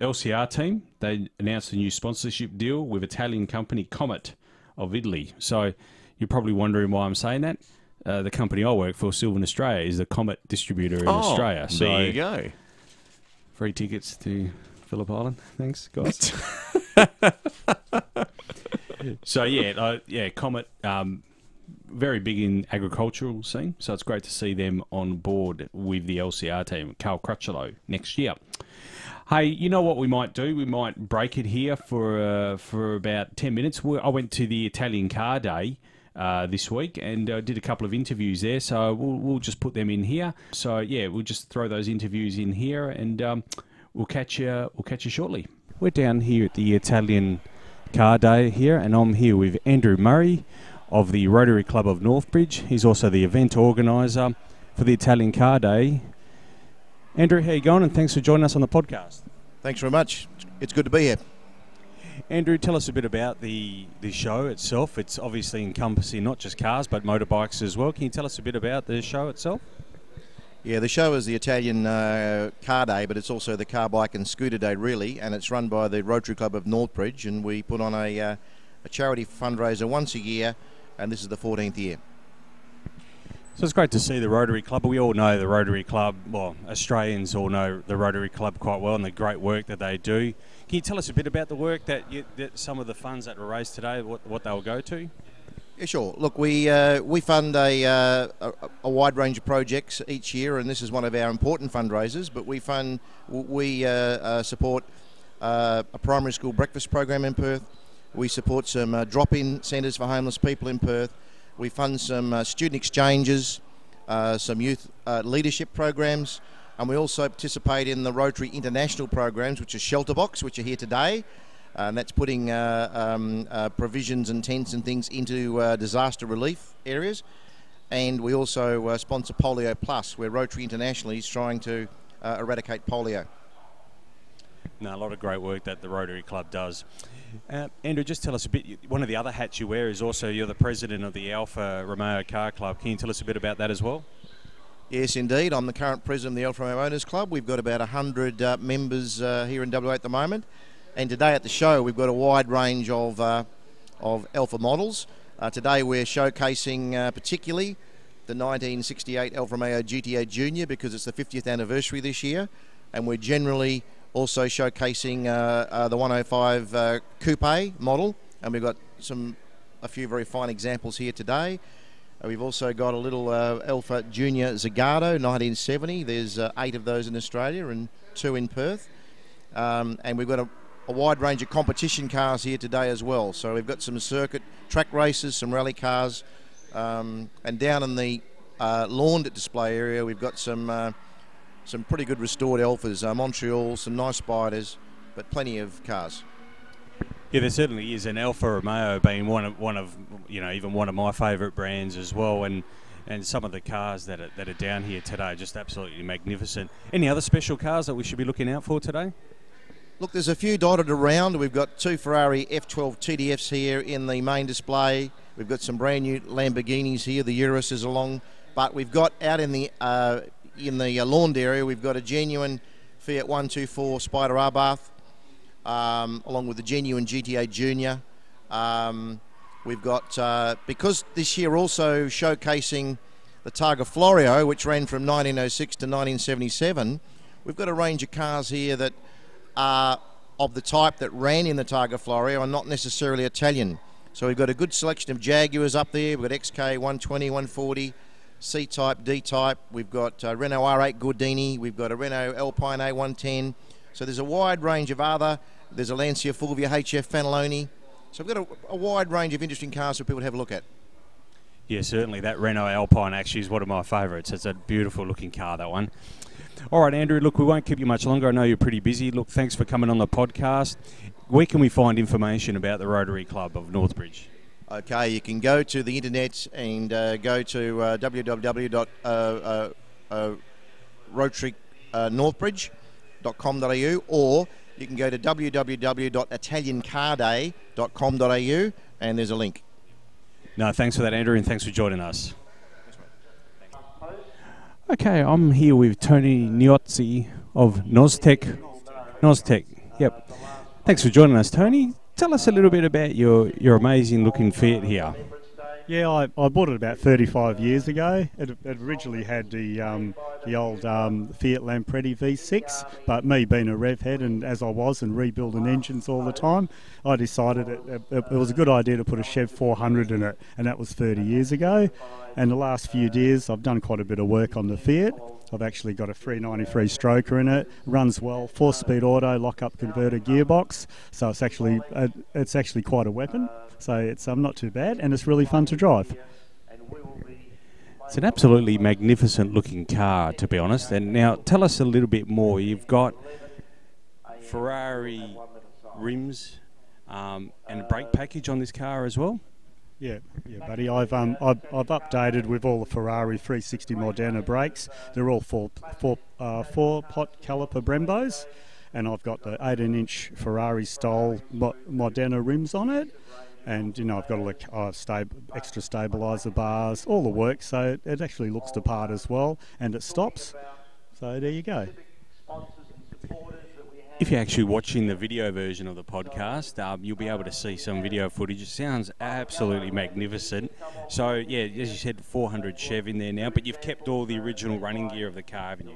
LCR team they announced a new sponsorship deal with Italian company Comet of Italy. So you're probably wondering why I'm saying that. Uh, the company I work for, Sylvan Australia, is the Comet distributor in Australia. So
Oh, there you go.
free tickets to Phillip Island. Thanks, guys. so yeah, uh, yeah, Comet, um, very big in agricultural scene. So it's great to see them on board with the LCR team, Carl Crutchlow next year. Hey, you know what we might do? We might break it here for uh, for about ten minutes. We, I went to the Italian Car Day uh, this week and uh, did a couple of interviews there. So we'll, we'll just put them in here. So yeah, we'll just throw those interviews in here, and um, we'll catch you. We'll catch you shortly. We're down here at the Italian Car Day here, and I'm here with Andrew Murray of the Rotary Club of Northbridge. He's also the event organizer for the Italian Car Day. Andrew, how you going? And thanks for joining us on the podcast.
Thanks very much. It's good to be here.
Andrew, tell us a bit about the, the show itself. It's obviously encompassing not just cars but motorbikes as well. Can you tell us a bit about the show itself?
Yeah, the show is the Italian uh, Car Day, but it's also the Car, Bike, and Scooter Day, really, and it's run by the Rotary Club of Northbridge, and we put on a, uh, a charity fundraiser once a year, and this is the 14th year.
So it's great to see the Rotary Club. We all know the Rotary Club. Well, Australians all know the Rotary Club quite well and the great work that they do. Can you tell us a bit about the work that, you, that some of the funds that were raised today, what, what they will go to?
Yeah, sure. Look, we uh, we fund a, uh, a a wide range of projects each year, and this is one of our important fundraisers. But we fund we uh, uh, support uh, a primary school breakfast program in Perth. We support some uh, drop-in centres for homeless people in Perth. We fund some uh, student exchanges, uh, some youth uh, leadership programs, and we also participate in the Rotary International programs, which is Shelterbox, which are here today and that's putting uh, um, uh, provisions and tents and things into uh, disaster relief areas. And we also uh, sponsor Polio Plus, where Rotary International is trying to uh, eradicate polio.
No, a lot of great work that the Rotary Club does. Uh, Andrew, just tell us a bit. you- One of the other hats you wear is also you're the president of the Alfa Romeo Car Club. Can you tell us a bit about that as well?
Yes, indeed. I'm the current president of the Alpha Romeo Owners Club. We've got about 100 uh, members uh, here in WA at the moment. And today at the show, we've got a wide range of, uh, of Alpha models. Uh, today, we're showcasing uh, particularly the 1968 Alfa Romeo GTO Junior because it's the 50th anniversary this year. And we're generally also showcasing uh, uh, the 105 uh, Coupe model. And we've got some a few very fine examples here today. Uh, We've also got a little uh, Alpha Junior Zagato 1970. There's uh, eight of those in Australia and two in Perth. Um, and we've got a, a wide range of competition cars here today as well. So we've got some circuit track races, some rally cars, um, and down in the uh, lawned display area, we've got some uh, some pretty good restored Alphas, uh, Montreal, some nice spiders, but plenty of cars.
Yeah, there certainly is, and Alfa Romeo being one of one of you know even one of my favourite brands as well, and and some of the cars that are, that are down here today are just absolutely magnificent. Any other special cars that we should be looking out for today?
Look, there's a few dotted around. We've got two Ferrari F12 TDFs here in the main display. We've got some brand new Lamborghinis here. The Urus is along, but we've got out in the uh, in the uh, lawned area. We've got a genuine Fiat 124 Spider Arbath, um, along with the genuine GTA Junior. Um, we've got uh, because this year also showcasing the Targa Florio, which ran from 1906 to 1977. We've got a range of cars here that are of the type that ran in the Targa Florio and not necessarily Italian. So we've got a good selection of Jaguars up there. We've got XK 120, 140, C type, D type. We've got uh, Renault R8 Gordini. We've got a Renault Alpine A110. So there's a wide range of other. There's a Lancia Fulvia HF Fanaloni. So we've got a, a wide range of interesting cars for people to have a look at.
Yeah, certainly. That Renault Alpine actually is one of my favourites. It's a beautiful looking car, that one. All right, Andrew, look, we won't keep you much longer. I know you're pretty busy. Look, thanks for coming on the podcast. Where can we find information about the Rotary Club of Northbridge?
Okay, you can go to the internet and uh, go to uh, www.rotarynorthbridge.org.au uh, uh, uh, Rotary, uh, Northbridge, www.italiancarday.com.au or you can go to www.italiancarday.com.au and there's a link.
No, thanks for that, Andrew, and thanks for joining us. Okay, I'm here with Tony Niozzi of Nostech. Nostech, yep. Thanks for joining us, Tony. Tell us a little bit about your, your amazing looking Fiat here.
Yeah, I, I bought it about 35 years ago. It, it originally had the um, the old um, Fiat Lampredi V6, but me being a rev head and as I was and rebuilding engines all the time, I decided it, it, it was a good idea to put a Chev 400 in it, and that was 30 years ago. And the last few years, I've done quite a bit of work on the Fiat. I've actually got a 393 stroker in it. Runs well, four-speed auto, lock-up converter, gearbox. So it's actually a, it's actually quite a weapon. So it's um, not too bad, and it's really fun to drive.
It's an absolutely magnificent looking car, to be honest. And now tell us a little bit more. You've got Ferrari rims um, and a brake package on this car as well.
Yeah, yeah, buddy. I've um, I've, I've updated with all the Ferrari 360 Moderna brakes. They're all four four uh, four pot caliper Brembos, and I've got the 18-inch Ferrari style Mo- Moderna rims on it. And you know, I've got a look, I've stab, extra stabilizer bars, all the work. So it, it actually looks the part as well, and it stops. So there you go.
If you're actually watching the video version of the podcast, um, you'll be able to see some video footage. It sounds absolutely magnificent. So, yeah, as you said, 400 Chev in there now, but you've kept all the original running gear of the car, haven't you?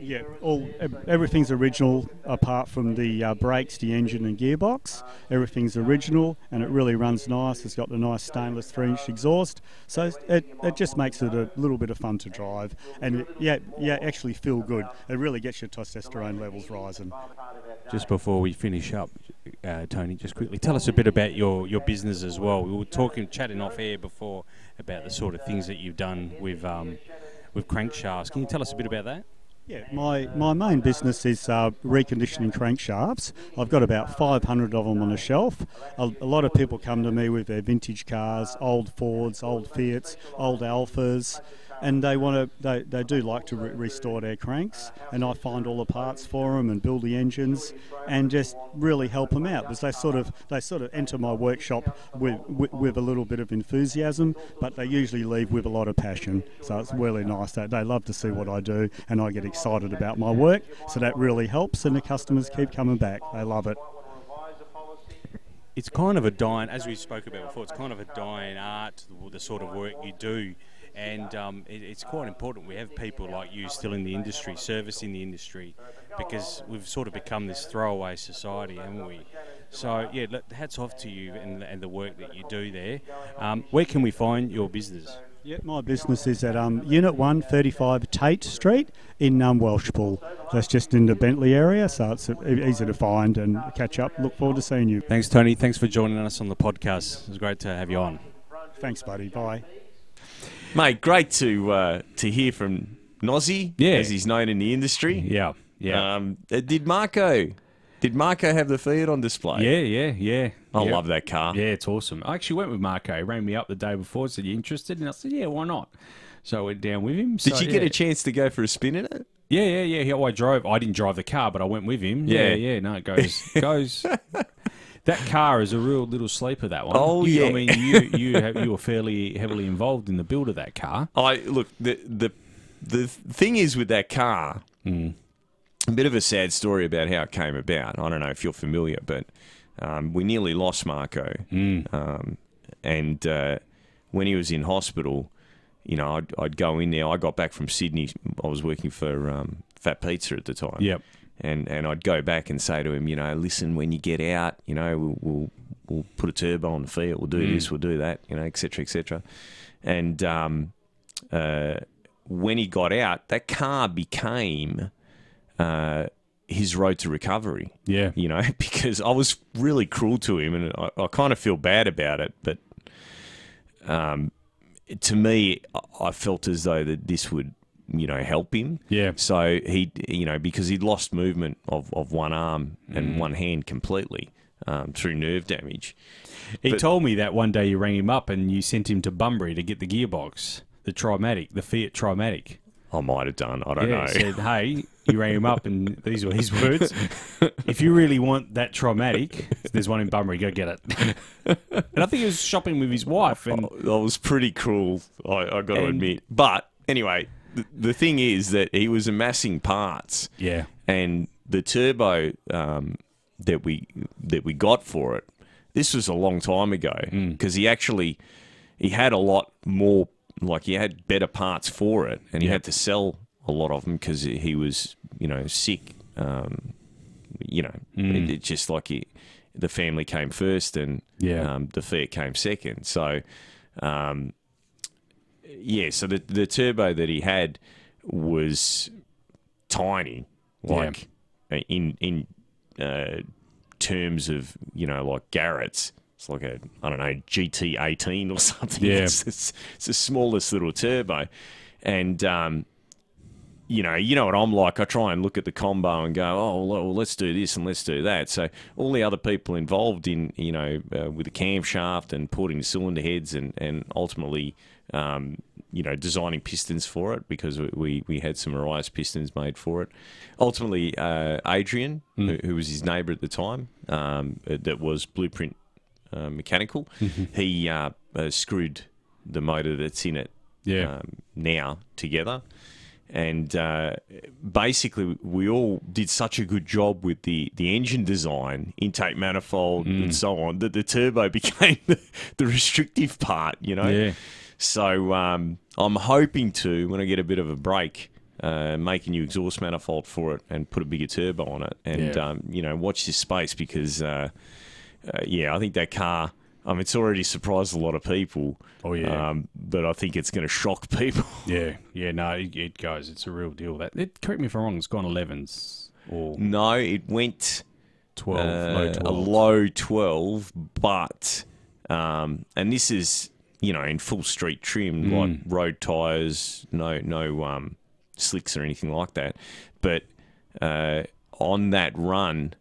Yeah, all ev- everything's original apart from the uh, brakes, the engine, and gearbox. Everything's original, and it really runs nice. It's got the nice stainless three-inch exhaust, so it, it just makes it a little bit of fun to drive, and it- yeah, yeah, actually feel good. It really gets your testosterone levels rising.
Just before we finish up, uh, Tony, just quickly tell us a bit about your, your business as well. We were talking, chatting off air before about the sort of things that you've done with um, with crankshafts. Can you tell us a bit about that?
Yeah, my, my main business is uh, reconditioning crankshafts. I've got about 500 of them on a shelf. A, a lot of people come to me with their vintage cars, old Fords, old Fiats, old Alphas, and they want to they, they do like to re- restore their cranks. And I find all the parts for them and build the engines and just really help them out because they sort of they sort of enter my workshop with with, with a little bit of enthusiasm, but they usually leave with a lot of passion. So it's really nice that they love to see what I do and I get excited about my work. So that really helps, and the customers keep coming back. They love it.
it's kind of a dying, as we spoke about before, it's kind of a dying art, the- the sort of work you do. And um, it, it's quite important we have people like you still in the industry, servicing the industry, because we've sort of become this throwaway society, haven't we? So, yeah, look, hats off to you and, and the work that you do there. Um, where can we find your business?
Yeah, my business is at um, Unit 135 Tate Street in um, Welshpool. That's just in the Bentley area, so it's uh, e- easy to find and catch up. Look forward to seeing you.
Thanks, Tony. Thanks for joining us on the podcast. It was great to have you on.
Thanks, buddy. Bye.
Mate, great to uh, to hear from Nozzy,
Yeah.
as he's known in the industry.
Yeah,
Um, uh, did Marco? Did Marco have the Fiat on display?
yeah, yeah, yeah.
I
yeah.
love that car.
Yeah, it's awesome. I actually went with Marco. He rang me up the day before, said, You interested? And I said, Yeah, why not? So I went down with him.
Did
So,
you get
yeah.
a chance to go for a spin in it?
Yeah, yeah, yeah. He, oh, I drove. I didn't drive the car, but I went with him.
Yeah.
Yeah, yeah. no, it goes. goes. That car is a real little sleeper, that one.
Oh,
You-
yeah.
I mean, you you, have, you were fairly heavily involved in the build of that car.
I look the the the thing is with that car, a bit of a sad story about how it came about. I don't know if you're familiar, but um, we nearly lost Marco, um, and uh, when he was in hospital, you know, I'd, I'd go in there. I got back from Sydney. I was working for um, Fat Pizza at the time.
Yep.
And and I'd go back and say to him, you know, listen, when you get out, you know, we'll we'll, we'll put a turbo on the Fiat. We'll do this. We'll do that. You know, et cetera, et cetera. And um, uh, when he got out, that car became uh, his road to recovery.
Yeah.
You know, because I was really cruel to him, and I, I kind of feel bad about it. But um, to me, I- I felt as though that this would, you know, help him.
Yeah.
So he, you know, because he'd lost movement of, of one arm
Mm.
and one hand completely um, through nerve damage.
He told me that one day you rang him up and you sent him to Bunbury to get the gearbox, the Trimatic, the Fiat Trimatic.
I might have done. I don't
yeah,
know.
said, hey, You rang him up, and these were his words. If you really want that traumatic, there's one in Bunbury. Go get it. And I think he was shopping with his wife, and
I was pretty cruel, I, I got to admit. But anyway, the, the thing is that he was amassing parts.
Yeah.
And the turbo um, that we that we got for it, this was a long time ago
Mm.
because he actually he had a lot more, like he had better parts for it, and he had to sell a lot of them because he was you know sick. Um, you know,
Mm.
it, it just like he, the family came first, and
Yeah.
um, the Fiat came second. So, um, yeah, so the the turbo that he had was tiny, like uh in in uh, terms of you know like Garrett's. It's like a I don't know GT eighteen or something.
Yeah.
It's, it's, it's the smallest little turbo, and um, you know, you know what I'm like. I try and look at the combo and go, oh, well, well, let's do this and let's do that. So all the other people involved in, you know, uh, with the camshaft and porting the cylinder heads and and ultimately, um, you know, designing pistons for it because we- we we had some Arias pistons made for it. Ultimately, uh, Adrian, who, who was his neighbour at the time, um, uh, that was Blueprint uh, Mechanical,
Mm-hmm.
he uh, uh, screwed the motor that's in it
Yeah.
um, now together. And uh, basically, we all did such a good job with the, the engine design, intake manifold,
Mm.
and so on, that the turbo became the, the restrictive part, you know?
Yeah.
So um, I'm hoping to, when I get a bit of a break, uh, make a new exhaust manifold for it and put a bigger turbo on it. And,
Yeah.
um, you know, watch this space because, uh, uh, yeah, I think that car, um, it's already surprised a lot of people.
Oh, yeah.
Um, but I think it's going to shock people.
yeah, yeah, no, it, it goes. It's a real deal. That it, correct me if I'm wrong. It's gone 11s or
no, it went
12,
Mm, uh,
Oh, low 12.
a low 12, but, um, and this is, you know, in full street trim,
Hmm.
like road tyres, no, no um, slicks or anything like that. But uh, on that run,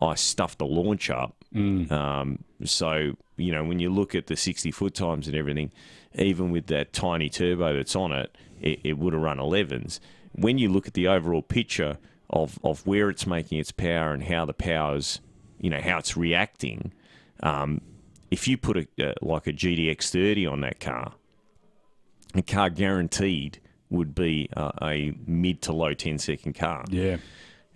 I stuffed the launch up. Um, so, you know, when you look at the 60 foot times and everything, even with that tiny turbo that's on it, it, it would have run 11s. When you look at the overall picture of, of where it's making its power and how the power's, you know, how it's reacting, um, if you put a, uh, like a GDX 30 on that car, a car guaranteed would be a, a mid to low 10 second car
yeah,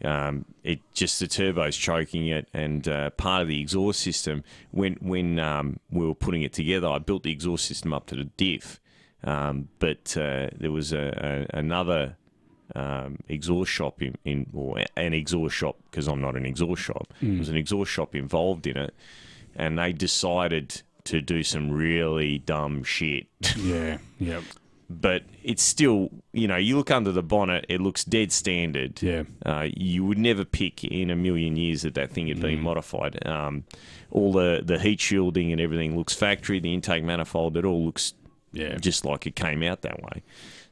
um, it just the turbo's choking it, and uh, part of the exhaust system. When when um, we were putting it together, I built the exhaust system up to the diff, um, but uh, there was a, a, another um, exhaust shop in, in or an exhaust shop because I'm not an exhaust shop. There was an exhaust shop involved in it, and they decided to do some really dumb shit
yeah, yeah,
but it's still, you know, you look under the bonnet, it looks dead standard.
Yeah.
Uh, you would never pick in a million years that that thing had
Mm.
been modified. Um, all the, the heat shielding and everything looks factory, the intake manifold, it all looks
yeah.
just like it came out that way.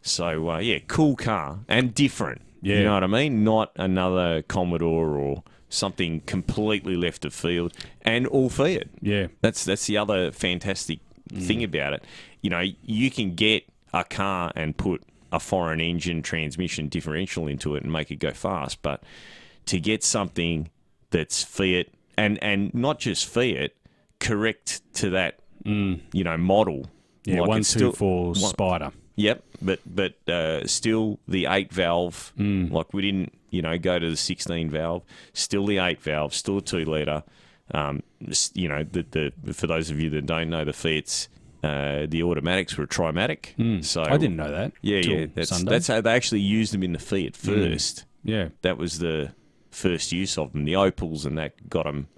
So, uh, yeah, cool car and different.
Yeah.
You know what I mean? Not another Commodore or something completely left of field and all Fiat.
Yeah.
That's that's the other fantastic
Mm.
thing about it. You know, you can get a car and put a foreign engine transmission differential into it and make it go fast, but to get something that's Fiat and and not just Fiat, correct to that you know model.
Mm. yeah
Like,
one,
it's
two,
still-
four,
one-
spider.
Yep, but but uh, still the eight valve.
Mm.
Like we didn't, you know, go to the sixteen valve. Still the eight valve. Still a two liter. Um, s- you know, the, the for those of you that don't know the Fiat's, uh, the automatics were trimatic. So
Mm. I didn't know that.
Yeah,
till
yeah. That's
Sunday. Mm.
that's how they actually used them in the Fiat first.
yeah,
That was the first use of them. The Opals and that got them.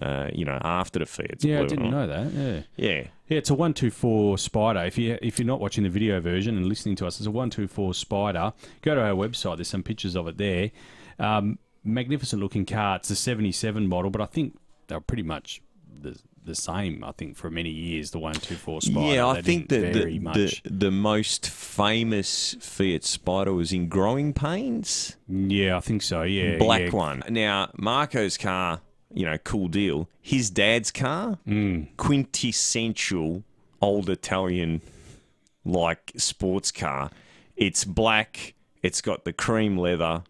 Uh, you know, after the Fiat's.
yeah. I
believe it or
didn't
not.
know that. Yeah.
Yeah.
Yeah, it's a one two four spider. If you if you're not watching the video version and listening to us, it's a one two four spider. Go to our website. There's some pictures of it there. Um, magnificent looking car. It's a seventy seven model, but I think they're pretty much the the same. I think for many years, the one two four spider.
Yeah, I
They
think
didn't
that the,
vary much.
the, the most famous Fiat Spider was in Growing Pains,
yeah, I think so. Yeah,
black
yeah.
one. Now Marco's car, you know, cool deal. His dad's car,
Mm.
quintessential old Italian like sports car. It's black. It's got the cream leather.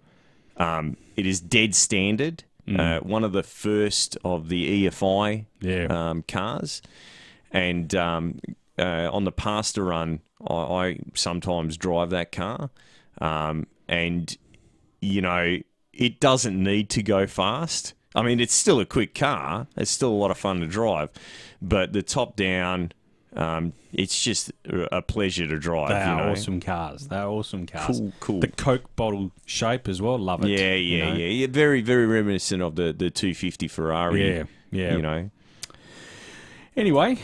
Um, it is dead standard.
Mm.
Uh, one of the first of the EFI
Yeah.
um, cars, and um, uh, on the pasta run, I, I sometimes drive that car, um, and you know it doesn't need to go fast. I mean, it's still a quick car. It's still a lot of fun to drive, but the top down, um, it's just a pleasure to drive.
They
you
are
know?
awesome cars. They're awesome cars.
Cool, cool.
The Coke bottle shape as well. Love it.
Yeah, yeah,
you know.
yeah, yeah. Very, very reminiscent of the the 250 Ferrari.
Yeah, yeah.
You know,
Anyway,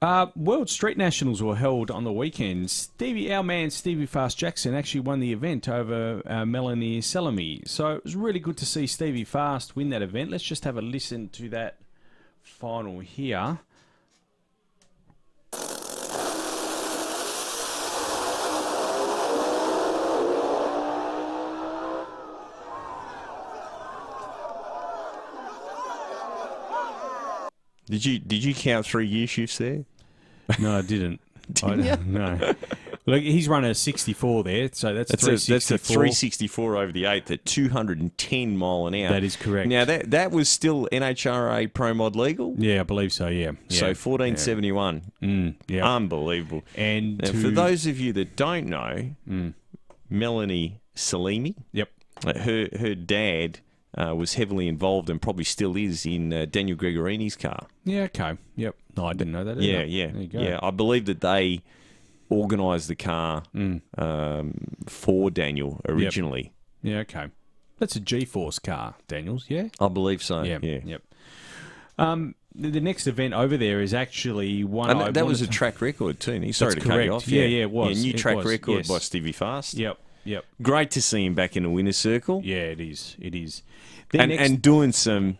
uh, World Street Nationals were held on the weekend. Stevie, our man Stevie Fast Jackson, actually won the event over uh, Melanie Salome. So it was really good to see Stevie Fast win that event. Let's just have a listen to that final here.
did you did you count three gear shifts there?
No, I didn't. I, No. Look, he's running a 64 there, so that's,
That's a,
364.
that's a 364 over the eighth at 210 mile an hour.
That is correct.
Now that that was still NHRA Pro Mod legal.
Yeah, I believe so, yeah.
So
yeah.
1471,
Mm, yeah.
unbelievable.
and Mm.
Now,
to,
for those of you that don't know, Melanie Salimi,
Yep.
uh, her her dad uh, was heavily involved and probably still is in uh, Daniel Gregorini's car.
Yeah, okay. Yep. No, I didn't know that.
Yeah,
either.
yeah,
There you go.
yeah. I believe that they organised the car
Mm.
um, for Daniel originally.
Yeah, okay. That's a G-force car, Daniels. Yeah,
I believe so. Yeah,
yeah. Yep. Um, the, the next event over there is actually one.
And
I
that, that was a
wanted to-
track record too. Nick. Sorry
That's
to cut
correct.
you off.
Yeah, yeah, it was.
new
It
track
was,
record
yes.
by Stevie Fast.
Yep. Yep.
Great to see him back in the winner's circle.
Yeah, it is. It is. The
and,
next
and doing some,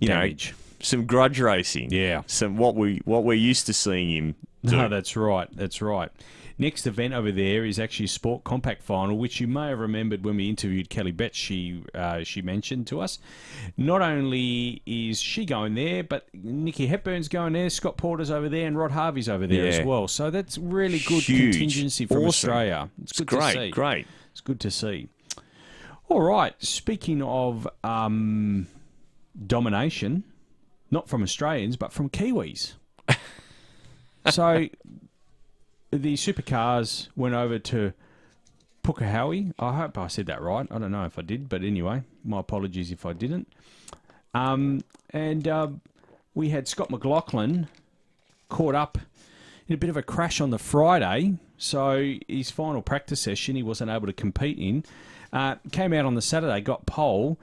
you
Damage.
know, some grudge racing.
Yeah.
some what we what we're used to seeing him. Do.
No, Ah, that's right. That's right. Next event over there is actually Sport Compact Final, which you may have remembered when we interviewed Kelly Betts. She uh, she mentioned to us. Not only is she going there, but Nikki Hepburn's going there, Scott Porter's over there, and Rod Harvey's over there as
Yeah.
well. So that's really good
Huge.
contingency from
Awesome.
Australia. It's
it's
good to see.
great, great.
It's good to see. All right. Speaking of um, domination, not from Australians, but from Kiwis. so the supercars went over to Pukehowie. I hope I said that right. I don't know if I did, but anyway, my apologies if I didn't. Um, and uh, we had Scott McLaughlin caught up in a bit of a crash on the Friday. So his final practice session, he wasn't able to compete in. Uh, came out on the Saturday, got pole,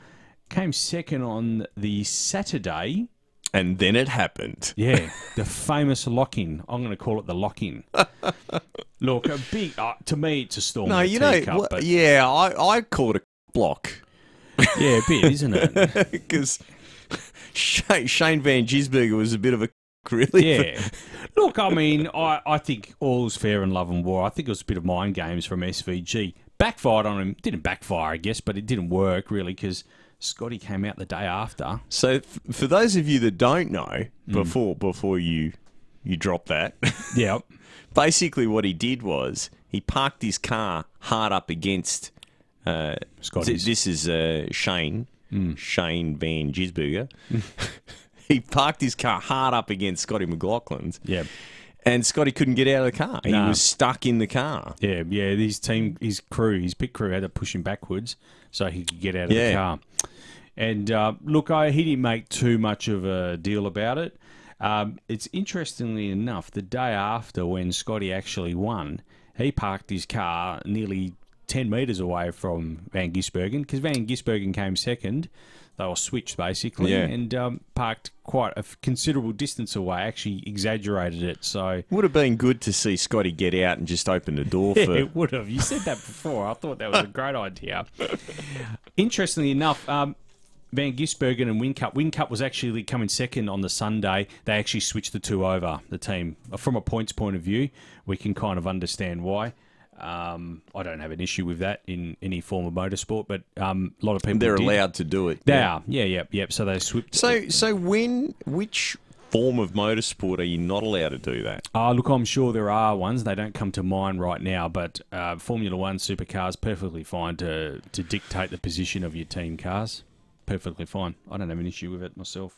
came second on the Saturday.
And then it happened.
Yeah, the famous lock in. I'm going to call it the lock in. Look, a big uh, to me, it's a storm.
No,
in a
you know,
teacup,
what-
but- yeah.
yeah, I I called a block.
a bit, isn't it?
because Shane, Shane Van Gisberger was a bit of a really.
Yeah. Look, I mean, I, I think all's fair in love and war. I think it was a bit of mind games from SVG. Backfired on him. Didn't backfire, I guess, but it didn't work really because Scotty came out the day after.
So f- for those of you that don't know,
Hmm.
before before you you drop that,
Yep.
basically what he did was he parked his car hard up against. Uh,
Scotty's.
th- this is uh, Shane
Hmm.
Shane Van Gisberger. he parked his car hard up against Scotty McLaughlin's.
Yeah.
And Scotty couldn't get out of the car.
No.
He was stuck in the car.
Yeah, yeah. His team, his crew, his pit crew had to push him backwards so he could get out of the
Yeah.
car. And uh, look, I, he didn't make too much of a deal about it. Um, it's interestingly enough, the day after when Scotty actually won, he parked his car nearly 10 metres away from Van Gisbergen because Van Gisbergen came second. They were switched basically
Yeah.
and um, parked quite a f- considerable distance away, actually exaggerated it. So.
Would have been good to see Scotty get out and just open the door for
it would have. You said that before. I thought that was a great idea. Interestingly enough, um, Van Gisbergen and Wincup. Wincup was actually coming second on the Sunday. They actually switched the two over, the team. Uh, From a points point of view, we can kind of understand why. Um, I don't have an issue with that in any form of motorsport, but um, a lot of people
They're
did.
allowed to do it.
They are, yeah, yeah, yeah. So they switched.
So, so when which form of motorsport are you not allowed to do that?
Ah, look, I'm sure there are ones. They don't come to mind right now, but uh, Formula One supercars perfectly fine to to dictate the position of your team cars. Perfectly fine. I don't have an issue with it myself.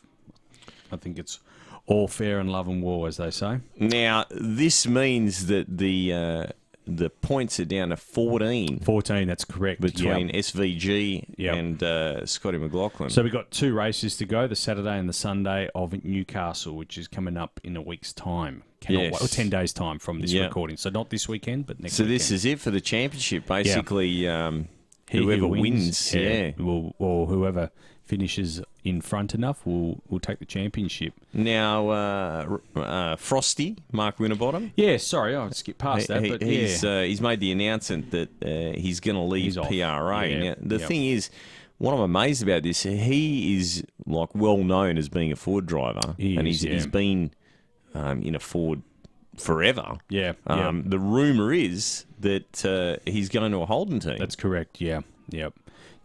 I think it's all fair in love and war, as they say.
Now, this means that the uh, the points are down to 14
Fourteen, that's correct.
between
Yep.
SVG
Yep.
and uh, Scotty McLaughlin.
So we've got two races to go: the Saturday and the Sunday of Newcastle, which is coming up in a week's time. Cannot
Yes.
wait. Or ten days' time from this
Yeah.
recording. So not this weekend, but next.
So this
weekend.
is it for the championship. Basically, um, whoever wins, yeah.
will, or whoever finishes in front enough will will take the championship.
Now, uh, R- uh, Frosty, Mark Winterbottom,
Yeah, sorry, I skipped past that,
he-
but
he's
yeah.
uh, he's made the announcement that uh, he's going to leave
He's off.
PRA.
Yeah,
Now, the
yep.
thing is, what I'm amazed about this, he is like well known as being a Ford driver,
He
and
is,
he's
yeah.
he's been um, in a Ford forever.
Yeah, yeah.
Um, The rumor is that uh, he's going to a Holden team.
That's correct. Yeah. Yep.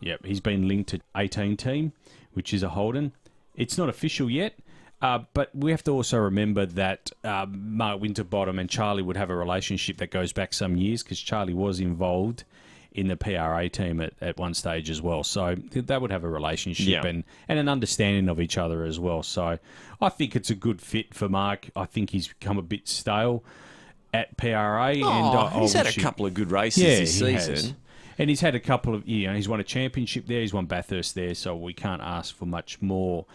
Yep. He's been linked to 18 team, which is a Holden. It's not official yet, uh, but we have to also remember that uh, Mark Winterbottom and Charlie would have a relationship that goes back some years because Charlie was involved in the PRA team at, at one stage as well. So th- they would have a relationship
Yeah.
and, and an understanding of each other as well. So I think it's a good fit for Mark. I think he's become a bit stale at PRA. and uh, I, I
he's had a
wish he-
couple of good races this
he
season.
has. And he's had a couple of, you know, he's won a championship there, he's won Bathurst there, so we can't ask for much more.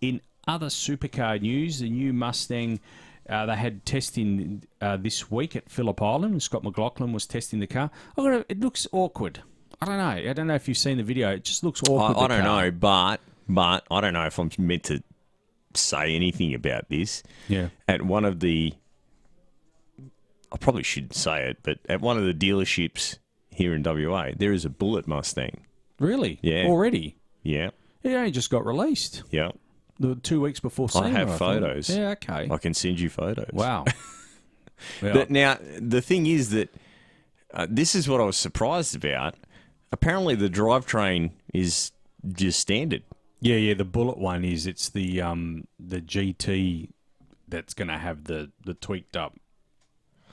In other supercar news, the new Mustang, uh, they had testing uh, this week at Phillip Island. Scott McLaughlin was testing the car. I gotta, it looks awkward. I don't know. I don't know if you've seen the video. It just looks
I,
awkward.
I
the
don't
car.
know, but but I don't know if I'm meant to say anything about this.
Yeah.
At one of the, I probably shouldn't say it, but at one of the dealerships here in WA, there is a Bullet Mustang.
Oh, Really?
Yeah.
Already?
Yeah,
It only just got released
yeah.
the two weeks before. SEMA,
I have
thought.
photos.
Yeah. Okay.
I can send you photos.
wow. Yeah.
But now the thing is that uh, this is what I was surprised about. Apparently, the drivetrain is just standard.
Yeah, yeah. The bullet one is it's the um the GT that's going to have the the tweaked up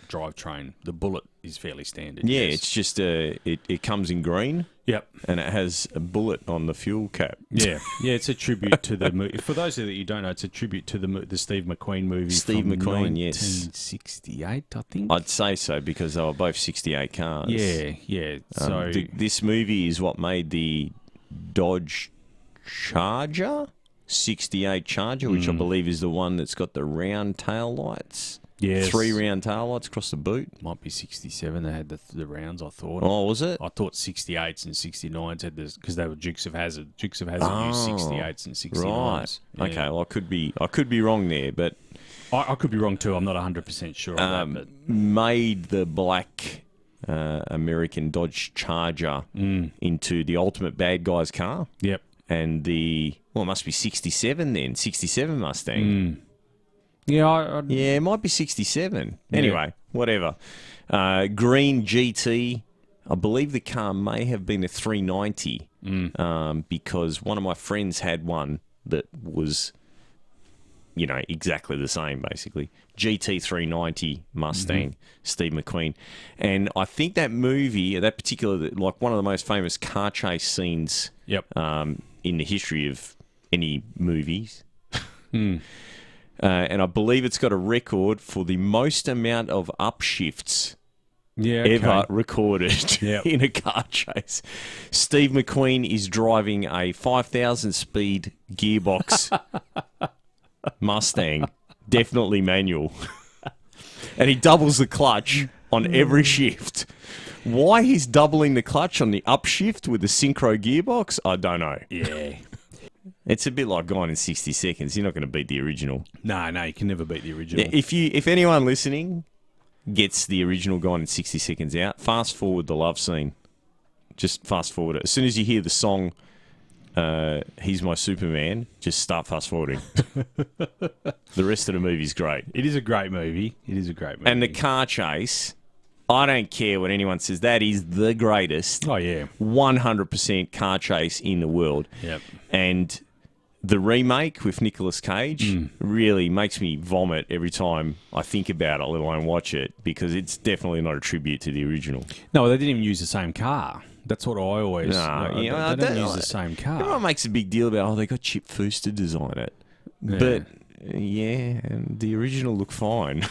drivetrain. The bullet is fairly standard.
Yeah,
yes.
it's just uh, it, it comes in green
yep.
and it has a bullet on the fuel cap.
Yeah, yeah. It's a tribute to the movie. For those of you that you don't know, it's a tribute to the mo- the Steve McQueen movie.
Steve
from
McQueen, yes.
1968, I think.
I'd say so because they were both 68 cars.
yeah, yeah.
Um,
So
th- this movie is what made the Dodge Charger 68 Charger, which
Hmm.
I believe is the one that's got the round tail lights.
Yes.
Three round tail lights across the boot.
might be 67. They had the, the rounds. I thought.
Oh, was it?
I thought 68s and 69s had this because they were Dukes of Hazard. Dukes of Hazard used
Oh,
68s and 69s.
Right.
Yeah.
Okay. Well, I could be I could be wrong there, but
I, I could be wrong too. I'm not 100 percent sure. On
um,
that,
made the black uh, American Dodge Charger into the ultimate bad guy's car.
but yep.
and the well, it must be sixty-seven then, sixty-seven Mustang.
Yeah, I, I,
Yeah, it might be sixty-seven. Anyway, whatever. Uh, green GT. I believe the car may have been a three ninety um, because one of my friends had one that was, you know, exactly the same. Basically, GT three ninety Mustang, Steve McQueen, and I think that movie, that particular, like one of the most famous car chase scenes
yep.
um, in the history of any movies. Uh, and I believe it's got a record for the most amount of upshifts
yeah. okay.
ever recorded
Yep.
in a car chase. Steve McQueen is driving a 5,000 speed gearbox Mustang, definitely manual. and he doubles the clutch on every shift. Why he's doubling the clutch on the upshift with the synchro gearbox, I don't know.
Yeah.
It's a bit like Gone in 60 Seconds. You're not going to beat the original.
No, no, you can never beat the original.
Yeah, if you, if anyone listening gets the original Gone in 60 Seconds out, fast forward the love scene. Just fast forward it. As soon as you hear the song, uh, "He's My Superman," just start fast forwarding. the rest of the movie's great,
it is a great movie. It is a great movie.
and the car chase. I don't care what anyone says. That is the greatest
oh yeah.
100% car chase in the world.
Yep.
And the remake with Nicolas Cage
Mm.
really makes me vomit every time I think about it, let alone watch it, because it's definitely not a tribute to the original.
No, they didn't even use the same car. That's what I always.
Nah,
uh,
you
they-
know, I
they don't
don't
use the
like-
same car.
Everyone makes a big deal about oh they got Chip Foose to design it, but uh, yeah, and the original looked fine.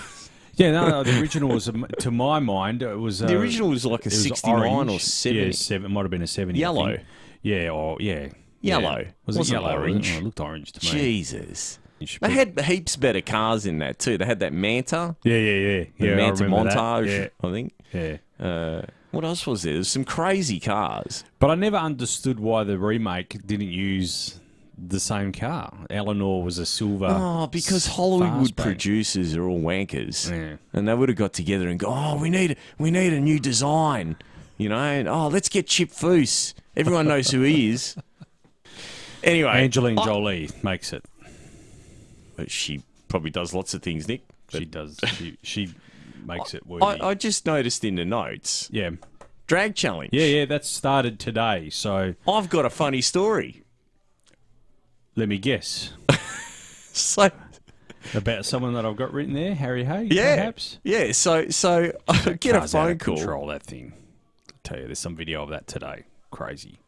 Yeah, no, no. The original was, um, to my mind, it was. Uh,
the original was like a
it was
sixty-nine
orange.
or seventy.
Yeah, seven. It might have been a seventy. I
Yellow.
think. Yeah, or yeah.
Yellow.
Yeah. Was it
Wasn't
yellow? was it?
orange.
Oh, it looked orange to me.
Jesus,
You should
they
put-
had heaps better cars in that too. They had that Manta,
Yeah, yeah, yeah.
the
yeah, I
Manta
remember that.
montage, I think.
Yeah, yeah.
Uh, what else was there? There's some crazy cars.
But I never understood why the remake didn't use the same car. Eleanor was a silver.
Oh, because
s-
Hollywood
fastback.
producers are all wankers,
Yeah.
and they would have got together and go, "Oh, we need we need a new design," you know, and oh, let's get Chip Foose. Everyone knows who he is. Anyway,
Angeline Jolie makes it.
she probably does lots of things, Nick.
She does. She she makes it worthy.
I, I just noticed in the notes
yeah,
drag challenge.
yeah, yeah. That started today. So
I've got a funny story.
let me guess
So
about someone that I've got written there, Harry Hay.
yeah,
perhaps.
yeah. So so I get a
Car's out
phone
of
call.
Control that thing. I tell you, there's some video of that today. Crazy.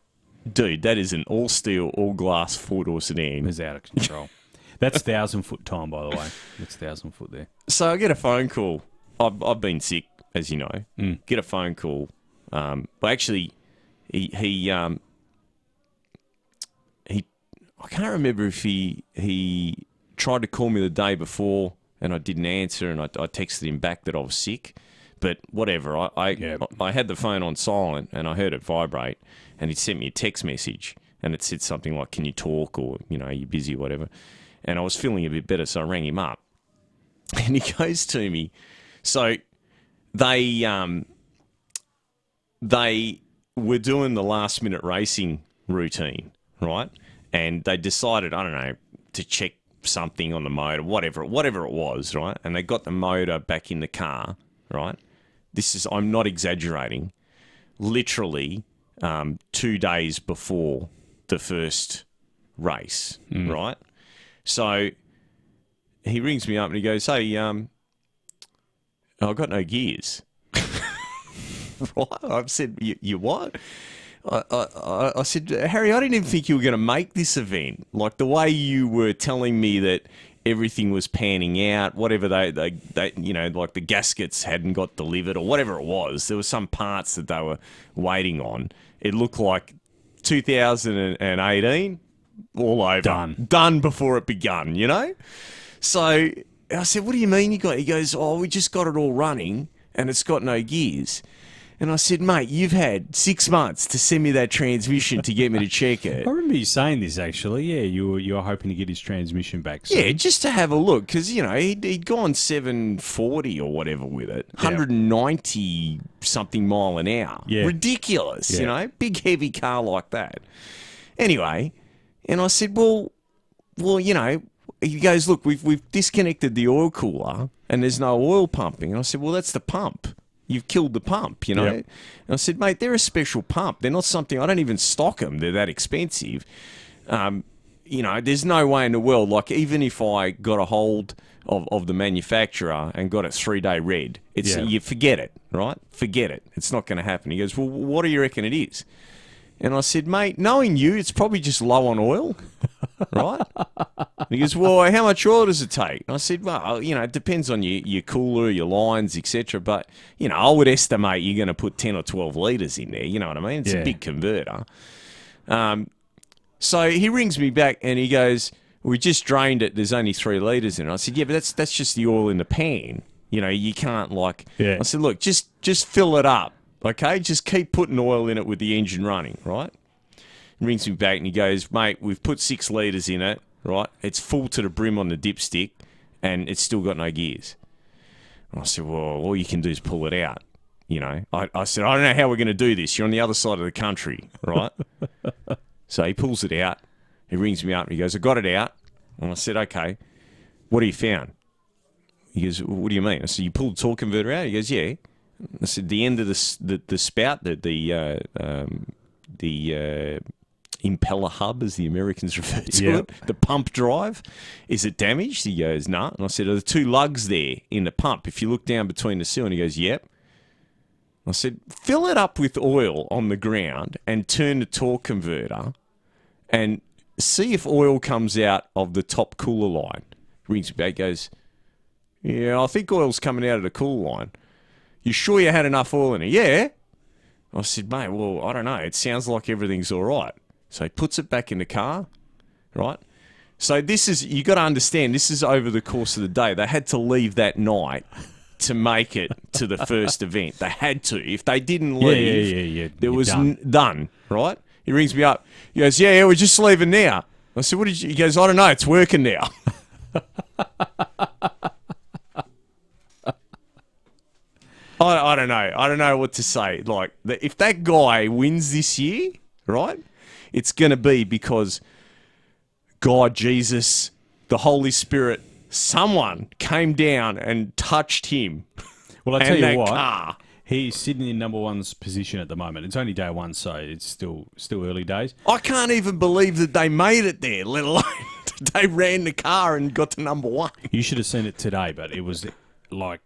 Dude, that is an all steel, all glass four door sedan.
It's out of control. That's thousand foot time, by the way. That's thousand foot there.
so I get a phone call. I've, I've been sick, as you know. Get a phone call. Um, well, actually, he he um, he. I can't remember if he he tried to call me the day before and I didn't answer, and I, I texted him back that I was sick. But whatever, I I,
Yeah.
I had the phone on silent and I heard it vibrate, and he sent me a text message, and it said something like, "Can you talk?" or you know, "Are you busy?" or whatever. And I was feeling a bit better, so I rang him up and he goes to me. So they um, they were doing the last minute racing routine, right? And they decided, I don't know, to check something on the motor, whatever, whatever it was, right? And they got the motor back in the car, right? This is I'm not exaggerating. Literally um, two days before the first race, right? So he rings me up and he goes, "Hey, um, I've got no gears." right? I've said, "You, you what?" I, I, I- I said, "Harry, I didn't even think you were going to make this event. Like the way you were telling me that." Everything was panning out, whatever they, they, they, you know, like the gaskets hadn't got delivered or whatever it was. There were some parts that they were waiting on. It looked like 2018, all over.
Done.
Done before it begun, you know? So I said, What do you mean you got? He goes, Oh, we just got it all running and it's got no gears. And I said, Mate, you've had six months to send me that transmission to get me to check it.
I remember you saying this actually. Yeah, you were you were hoping to get his transmission back. So.
Yeah, just to have a look, because you know he'd, he'd gone seven forty or whatever with it, hundred and ninety something mile an hour,
Yeah.
ridiculous. You
Yeah.
know, big heavy car like that. Anyway, and I said, well, well, you know, he goes, look, we've we've disconnected the oil cooler and there's no oil pumping. And I said, well, that's the pump. You've killed the pump, you know.
Yep.
And I said, mate, they're a special pump. They're not something I don't even stock them. They're that expensive. Um, you know, there's no way in the world. Like even if I got a hold of, of the manufacturer and got it three day red, it's
Yeah.
you forget it, right? Forget it. It's not going to happen. He goes, well, what do you reckon it is? And I said, mate, knowing you, it's probably just low on oil, right? And he goes, well, how much oil does it take? And I said, well, you know, it depends on your, your cooler, your lines, etc. But, you know, I would estimate you're going to put 10 or 12 litres in there. You know what I mean? It's
Yeah.
a big converter. Um, so he rings me back and he goes, we just drained it. There's only three litres in it. I said, yeah, but that's, that's just the oil in the pan. You know, you can't like,
Yeah.
I said, look, just, just fill it up. Okay, just keep putting oil in it with the engine running, right? rings me back and he goes, mate, we've put six litres in it, right? It's full to the brim on the dipstick and it's still got no gears. And I said, well, all you can do is pull it out. You know, I, I said, I don't know how we're going to do this. You're on the other side of the country, right? so he pulls it out. He rings me up and he goes, I got it out. And I said, okay, what have you found? He goes, what do you mean? I said, you pulled the torque converter out? He goes, yeah. I said, the end of the, s- the, the spout, the, the, uh, um, the uh, impeller hub, as the Americans refer to
Yeah.
it, the pump drive. Is it damaged? He goes, nah. And I said, are the two lugs there in the pump? If you look down between the seal, and he goes, yep. I said, fill it up with oil on the ground and turn the torque converter and see if oil comes out of the top cooler line. Rings me back, goes, yeah, I think oil's coming out of the cooler line. You sure you had enough oil in it? Yeah. I said, mate, well, I don't know. It sounds like everything's all right. So he puts it back in the car, right? So this is, you got to understand, this is over the course of the day. They had to leave that night to make it to the first event. They had to. If they didn't
Yeah, yeah,
leave,
yeah, yeah.
there
You're
was
done.
N- done, right? He rings me up. He goes, yeah, yeah, we're just leaving now. I said, what did you, he goes, I don't know. It's working now. I, I don't know. I don't know what to say. Like, the, if that guy wins this year, right, it's going to be because God, Jesus, the Holy Spirit, someone came down and touched him.
Well, I
And
tell you
that
what,
car.
he's sitting in number one's position at the moment. It's only day one, so it's still still early days.
I can't even believe that they made it there, let alone that they ran the car and got to number one.
You should have seen it today, but it was like,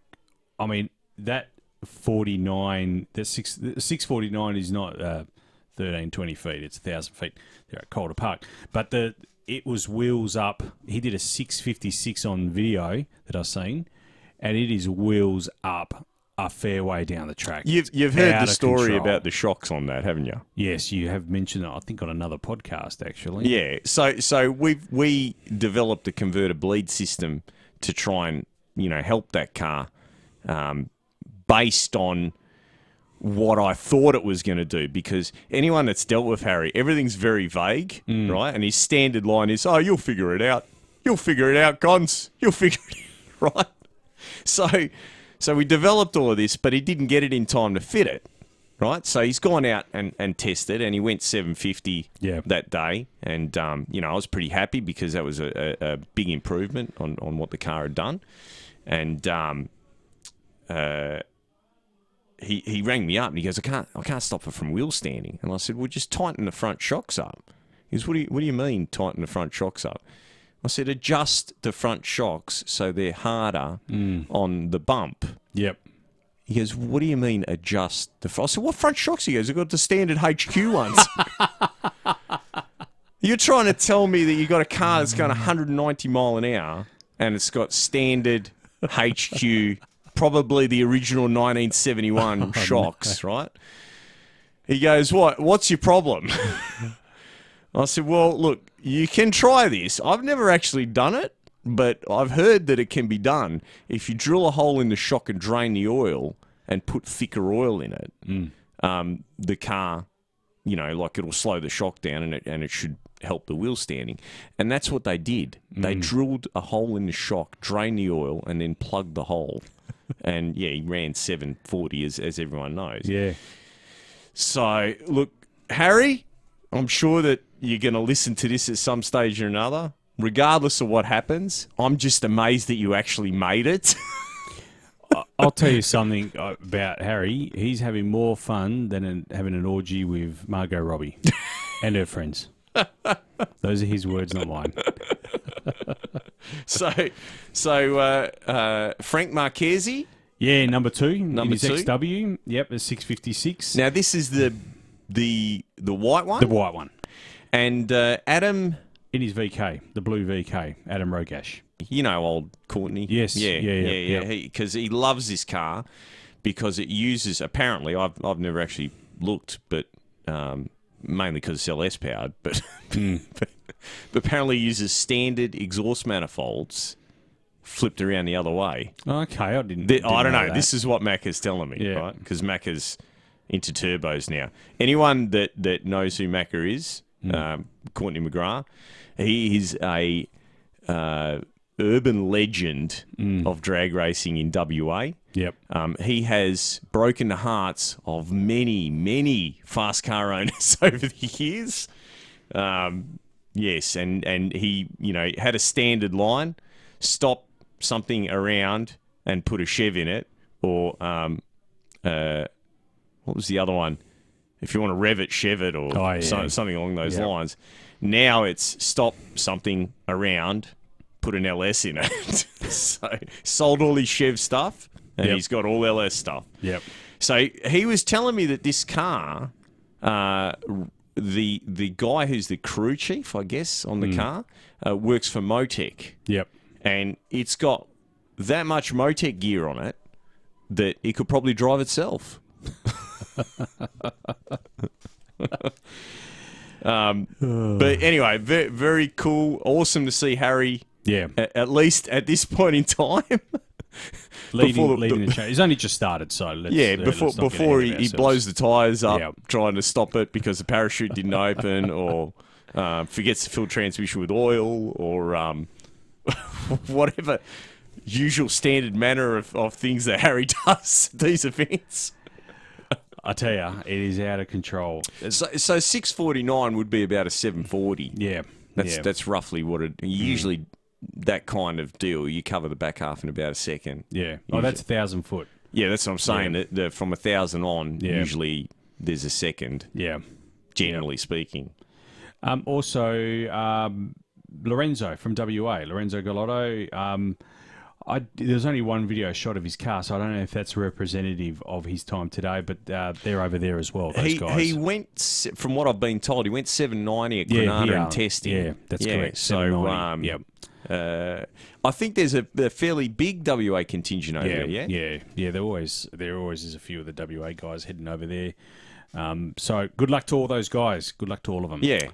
I mean, that forty nine, that six six forty nine is not uh, thirteen twenty feet; it's thousand feet. They're at Calder Park, but the it was wheels up. He did a six fifty six on video that I've seen, and it is wheels up a fair way down the track.
You've,
It's
you've heard
out
the
of
story
control.
about the shocks on that, haven't you?
Yes, you have mentioned it. I think on another podcast actually.
Yeah. So so we we developed a converter bleed system to try and you know help that car, um, based on what I thought it was going to do. Because anyone that's dealt with Harry, everything's very vague, right? And his standard line is, "Oh, you'll figure it out. You'll figure it out, Cons. You'll figure it out, right?" So so we developed all of this, but he didn't get it in time to fit it. Right, so he's gone out and, and tested, and he went 750
Yeah.
that that day, and um, you know I was pretty happy because that was a, a, a big improvement on, on what the car had done, and um, uh, he he rang me up and he goes I can't I can't stop it from wheel standing, and I said well just tighten the front shocks up. He goes what do you what do you mean tighten the front shocks up? I said adjust the front shocks so they're harder on the bump.
Yep.
He goes, What do you mean adjust the front? I said, What front shocks? He goes, I've got the standard HQ ones. You're trying to tell me that you got a car that's going 190 mile an hour and it's got standard HQ, probably the original 1971 shocks, right? He goes, What? What's your problem? I said, Well, look, you can try this. I've never actually done it, but I've heard that it can be done. If you drill a hole in the shock and drain the oil and put thicker oil in it, um, the car, you know, like it'll slow the shock down and it, and it should help the wheel standing. And that's what they did. They drilled a hole in the shock, drained the oil, and then plugged the hole. and yeah, he ran 740, as, as everyone knows.
Yeah.
So, look, Harry, I'm sure that you're going to listen to this at some stage or another. Regardless of what happens, I'm just amazed that you actually made it.
I'll tell you something uh, about Harry. He's having more fun than an, having an orgy with Margot Robbie and her friends. Those are his words, not mine.
so, so uh, uh, Frank Marchese.
Yeah, number two.
Number
in his
two.
XW. Yep, it's 656.
Now, this is the the the white one,
the white one.
and uh, Adam.
In his VK, the blue VK, Adam Rogash.
You know, old Courtney.
Yes,
Yeah.
yeah, yeah,
Yeah.
yeah.
Yeah. Because he loves this car because it uses. Apparently, I've I've never actually looked, but um, mainly because it's LS powered. But, but but apparently uses standard exhaust manifolds flipped around the other way.
Okay, I didn't.
The-
didn't
I don't know.
that.
This is what Mac is telling me,
Yeah.
right? Because Mac is into turbos now. Anyone that, that knows who Macca is,
Hmm.
um, Courtney McGrath, he is a uh, urban legend
Hmm.
of drag racing in WA.
Yep.
Um, he has broken the hearts of many, many fast car owners over the years. Um, yes, and, and he, you know, had a standard line, stop something around and put a Chev in it, or um, uh, what was the other one? if you want to rev it, chev it, or
Oh, yeah.
so, something along those
Yeah.
lines. Now it's stop something around, put an LS in it. so sold all his chev stuff, and
Yep.
he's got all LS stuff.
Yep.
So he was telling me that this car, uh, the the guy who's the crew chief, I guess, on the car, uh, works for Motec,
Yep.
and it's got that much Motec gear on it that it could probably drive itself. um, but anyway, very, very cool, awesome to see Harry.
Yeah.
a- At least at this point in time,
leading
the-
leading
the-
the change. He's only just started, so let's
yeah,
uh,
before
let's not get
before
ahead
he,
of
he
ourselves.
blows the tyres up
Yeah.
trying to stop it because the parachute didn't open, or um, forgets to fill transmission with oil, or um, whatever usual standard manner of, of things that Harry does at these events.
I tell you, it is out of control. It's-
So, so six forty nine would be about a seven forty.
yeah,
That's
yeah,
that's roughly what it usually that kind of deal. You cover the back half in about a second.
yeah. Oh, that's a thousand foot.
Yeah, that's what I'm saying. That, that from a thousand on,
Yeah.
usually there's a second.
Yeah.
generally speaking.
Um, also, um, Lorenzo from WA, Lorenzo Galotto. Um, I, there's only one video shot of his car, so I don't know if that's representative of his time today. But uh, they're over there as well. Those
He,
guys.
he went, s- from what I've been told, he went 790 at
Yeah,
Granada
here.
and testing.
Yeah, that's correct,
So
790,
um,
yep.
uh, I think there's a, a fairly big WA contingent over
yeah,
there, yeah?
yeah, yeah. There always there always is a few of the WA guys heading over there. Um, so good luck to all those guys. Good luck to all of them.
Yeah.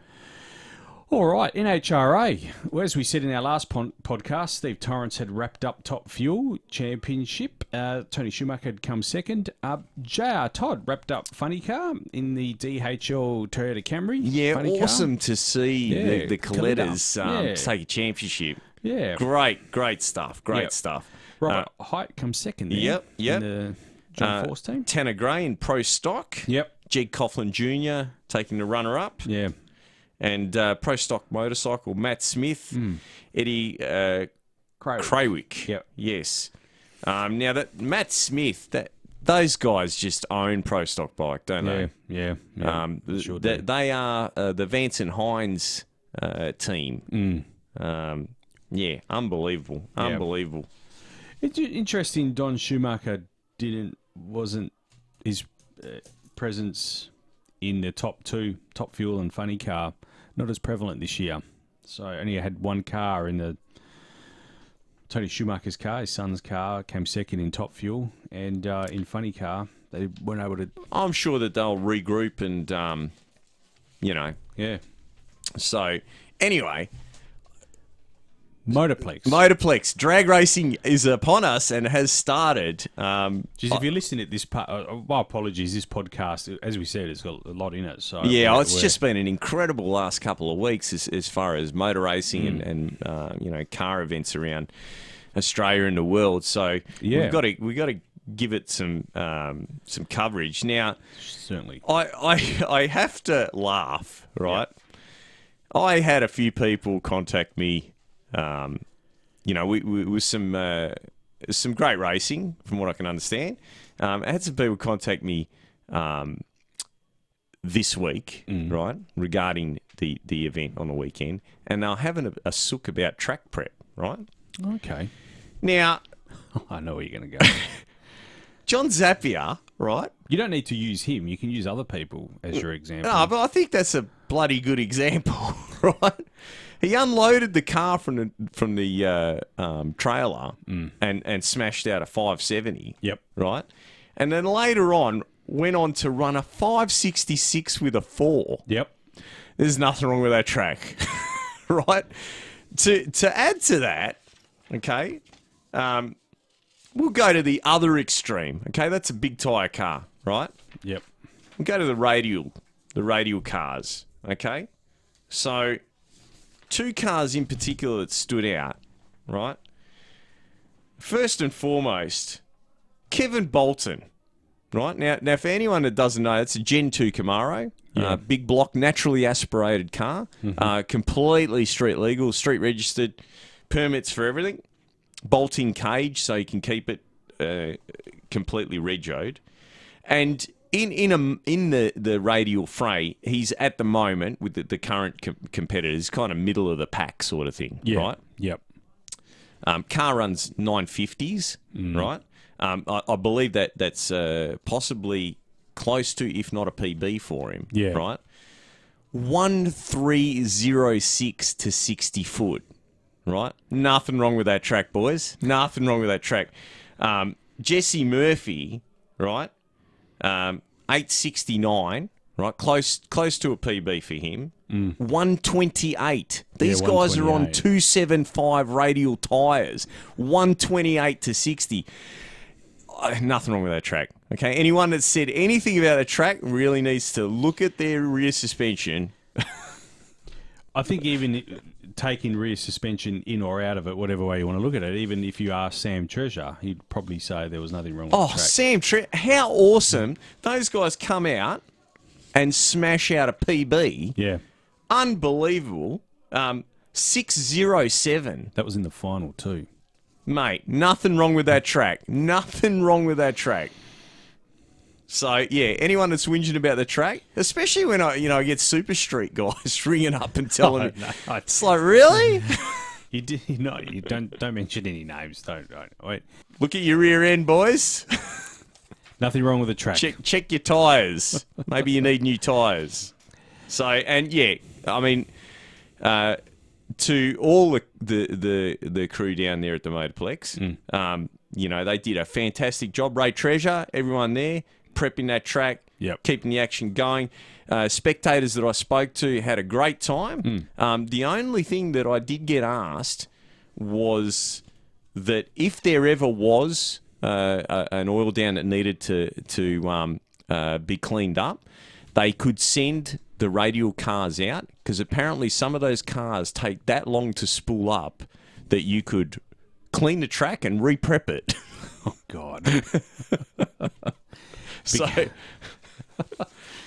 All right, NHRA. Well, as we said in our last pon- podcast, Steve Torrance had wrapped up Top Fuel Championship. Uh, Tony Schumacher had come second. Uh, JR Todd wrapped up Funny Car in the DHL Toyota Camry.
Yeah,
Funny car.
awesome to see
Yeah,
the, the
Coletta,
Colettas um,
yeah.
take a championship.
Yeah.
Great, great stuff. Great
Yep.
stuff.
Robert Height comes second. Then,
uh, yep, yep. Uh,
In the John Force team.
Tanner Gray in pro stock.
Yep.
Jed Coughlin Jr. taking the runner up.
Yeah.
And uh, pro stock motorcycle, Matt Smith, Eddie uh,
Craig.
Craywick.
Hmm. Yep.
Yes. Um, now that Matt Smith, that those guys just own Pro Stock Bike, don't
Yeah.
they?
Yeah. yeah
um, th-
sure
th-
do.
they are uh, the Vance and Hines uh, team.
Hmm.
Um, yeah, unbelievable, unbelievable.
It's i- interesting. Don Schumacher didn't wasn't his uh, presence in the top two, top fuel and funny car, not as prevalent this year. So only had one car in the Tony Schumacher's car. His son's car came second in top fuel and uh, in funny car. They weren't able to.
I'm sure that they'll regroup and, um, you know.
Yeah,
So anyway,
Motorplex.
Motorplex drag racing is upon us and has started. Um,
Geez, if you're listening at this part, uh, my apologies. This podcast, as we said, it's got a lot in it. So
Yeah, oh,
we're-
it's
we're-
just been an incredible last couple of weeks as, as far as motor racing and, and uh, you know car events around Australia and the world. So
Yeah.
we've got to we got to give it some um, some coverage now.
certainly.
I, I I have to laugh, right? I had a few people contact me. Um, you know, we, we with some uh, some great racing, from what I can understand. Um, I had some people contact me um, this week, right, regarding the the event on the weekend, and they're having a, a sook about track prep, right?
Okay,
Now,
I know where you're going to go.
John Zappia, right?
You don't need to use him. You can use other people as your example.
No, but I think that's a bloody good example, right? He unloaded the car from the from the uh, um, trailer and and smashed out a 570.
Mm. Yep.
Right, and then later on went on to run a 566 with a four.
Yep.
There's nothing wrong with that track, right? To to add to that, okay, um, we'll go to the other extreme. Okay, that's a big tire car, right?
Yep.
we go to the radial, the radial cars. Okay, so two cars in particular that stood out. Right, first and foremost, Kevin Bolton. Right now, now for anyone that doesn't know, it's a Gen two Camaro, uh, big block, naturally aspirated car, uh, completely street legal, street registered, permits for everything, bolting cage so you can keep it uh, completely regoed, and in in a, in the, the radial fray, he's at the moment with the, the current com- competitors, kind of middle of the pack sort of thing,
Yeah.
right?
Yep.
Um, car runs 950s,
Mm.
right? Um, I, I believe that that's uh, possibly close to, if not a PB for him,
Yeah.
right? 1306 to 60 foot, right? Nothing wrong with that track, boys. Nothing wrong with that track. Um, Jesse Murphy, right? Um, 869, right? Close close to a PB for him. 128. These guys are on
128.
275 radial tyres. 128 to 60. Uh, nothing wrong with that track. Okay, anyone that said anything about a track really needs to look at their rear suspension.
I think even taking rear suspension in or out of it, whatever way you want to look at it, even if you asked Sam Treasure, he'd probably say there was nothing wrong with
Oh,
the track.
Sam Tre how awesome! Those guys come out and smash out a PB.
Yeah,
Unbelievable. Um, 607.
that was in the final too.
Mate, nothing wrong with that track. Nothing wrong with that track. So yeah, anyone that's whinging about the track, especially when I, you know, I get Super Street guys ringing up and telling me,
Oh, no.
it's like really?
You did no, you don't don't mention any names. Don't don't wait.
Look at your rear end, boys.
Nothing wrong with the track.
check check your tires. Maybe you need new tires. So and yeah, I mean, uh, to all the, the the the crew down there at the Motorplex, um, you know they did a fantastic job. Ray Treasure, everyone there prepping that track,
Yep.
keeping the action going. Uh, spectators that I spoke to had a great time. Um, the only thing that I did get asked was that if there ever was uh, a, an oil down that needed to to um, uh, be cleaned up, they could send the radial cars out because apparently some of those cars take that long to spool up that you could clean the track and reprep it.
God,
so.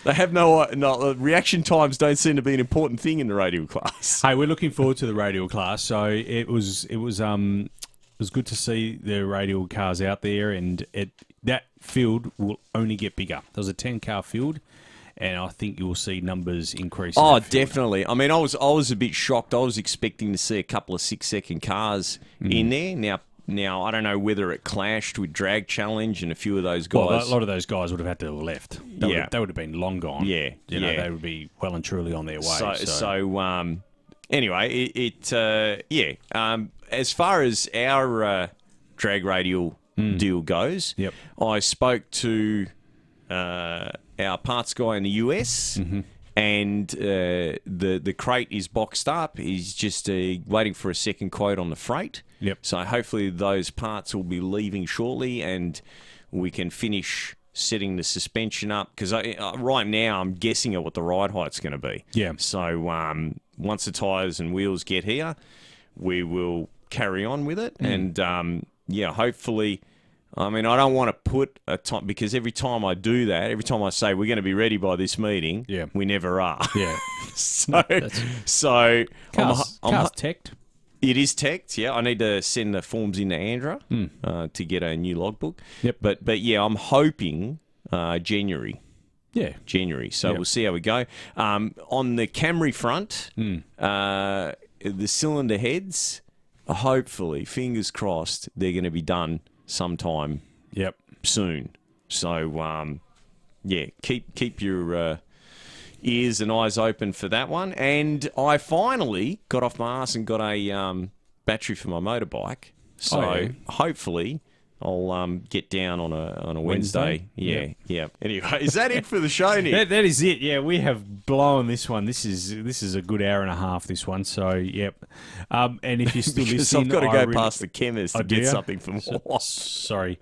They have no, uh, no reaction times. Don't seem to be an important thing in the radial class.
Hey, we're looking forward to the radial class. So it was it was um it was good to see the radial cars out there, and it that field will only get bigger. There was a ten car field, and I think you will see numbers increase. in
Oh,
that field.
definitely. I mean, I was I was a bit shocked. I was expecting to see a couple of six second cars
Mm.
in there. Now, now I don't know whether it clashed with Drag Challenge and a few of those guys.
Well, a lot of those guys would have had to have left. They
Oh, Yeah.
would, they would have been long gone.
Yeah,
you know
yeah.
they would be well and truly on their way.
so,
So,
so, um, anyway, it, it uh, yeah. Um, as far as our uh, drag radial deal goes,
Mm. Yep.
I spoke to uh, our parts guy in the US,
Mm-hmm.
and uh, the the crate is boxed up. He's just uh, waiting for a second quote on the freight.
Yep.
So hopefully those parts will be leaving shortly, and we can finish setting the suspension up because uh, right now I'm guessing at what the ride height's going to be.
Yeah.
So um, once the tires and wheels get here, we will carry on with it,
Mm.
and um, yeah, hopefully. I mean, I don't want to put a time because every time I do that, every time I say we're going to be ready by this meeting,
Yeah.
we never are.
yeah,
so, so I'm,
cars,
I'm-
cars teched.
it is teched, yeah. I need to send the forms in to Andra uh, to get a new logbook.
Hmm. Yep.
But but yeah, I'm hoping uh, January.
Yeah,
January. So
Yep.
we'll see how we go. Um, on the Camry front,
Hmm.
uh, the cylinder heads, hopefully, fingers crossed, they're going to be done sometime
yep.
soon. So um, yeah, keep keep your uh, ears and eyes open for that one. And I finally got off my ass and got a um, battery for my motorbike. So
Oh, yeah.
hopefully. I'll um, get down on a on a Wednesday.
Wednesday?
Yeah, yeah. Anyway, is that it for the show, Nick?
That, that is it. Yeah, we have blown this one. This is this is a good hour and a half. This one. So yep. Um, and if you're still
Because
listening,
I've got to
I
go
really-
past the chemist
Oh,
to
do
get
ya?
something from Woolworths.
Sorry.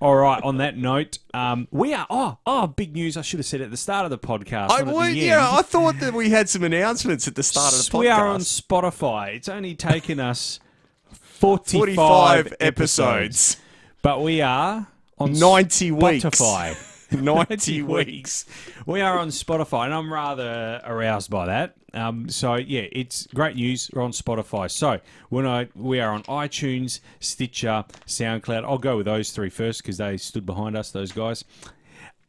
All right. On that note, um, we are. Oh, oh, big news! I should have said at the start of the podcast.
I
not at
would,
the
yeah.
end.
I thought that we had some announcements at the start of the podcast.
We are on Spotify. It's only taken us forty-five,
forty-five
episodes,
episodes,
but we are on
ninety weeks.
Spotify.
90 weeks.
We are on Spotify, and I'm rather aroused by that. Um, so yeah, it's great news. We're on Spotify. So when I we are on iTunes, Stitcher, SoundCloud. I'll go with those three first because they stood behind us. Those guys.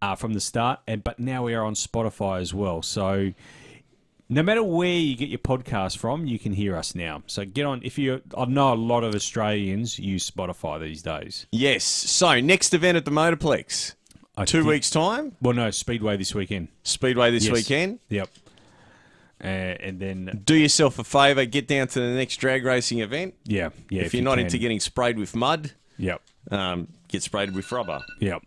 uh, from the start, and but now we are on Spotify as well. So no matter where you get your podcast from, you can hear us now. So get on if you. I know a lot of Australians use Spotify these days.
Yes. So next event at the Motorplex,
I
two
did-
weeks time,
Well, no, Speedway this weekend.
Speedway this
Yes.
weekend.
Yep. Uh, and then
Do yourself a favour, get down to the next drag racing event.
yeah, yeah.
if, you're not
can.
into getting sprayed with mud,
Yep.
um, get sprayed with rubber.
Yep.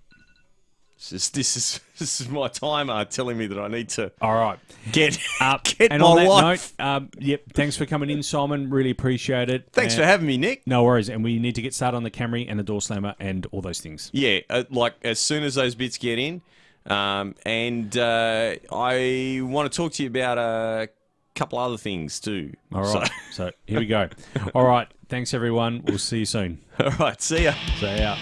This is this is, this is my timer telling me that I need to
All right.
get
up.
Get
and
my
on that
life.
note, um, yep, thanks for coming in, Simon. Really appreciate it.
Thanks
And-
for having me, Nick.
No worries, and we need to get started on the Camry and the door slammer and all those things.
Yeah, uh, like as soon as those bits get in, um, and uh, I want to talk to you about a couple other things too.
All right, so, here we go. All right, thanks everyone. We'll see you soon.
So, all right, see ya.
See ya.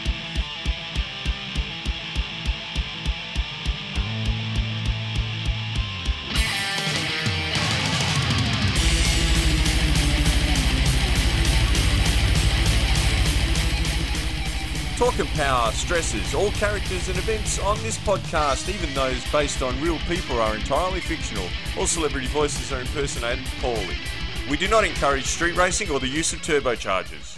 Talk and Power stresses all characters and events on this podcast, even those based on real people, are entirely fictional. All celebrity voices are impersonated poorly. We do not encourage street racing or the use of turbochargers.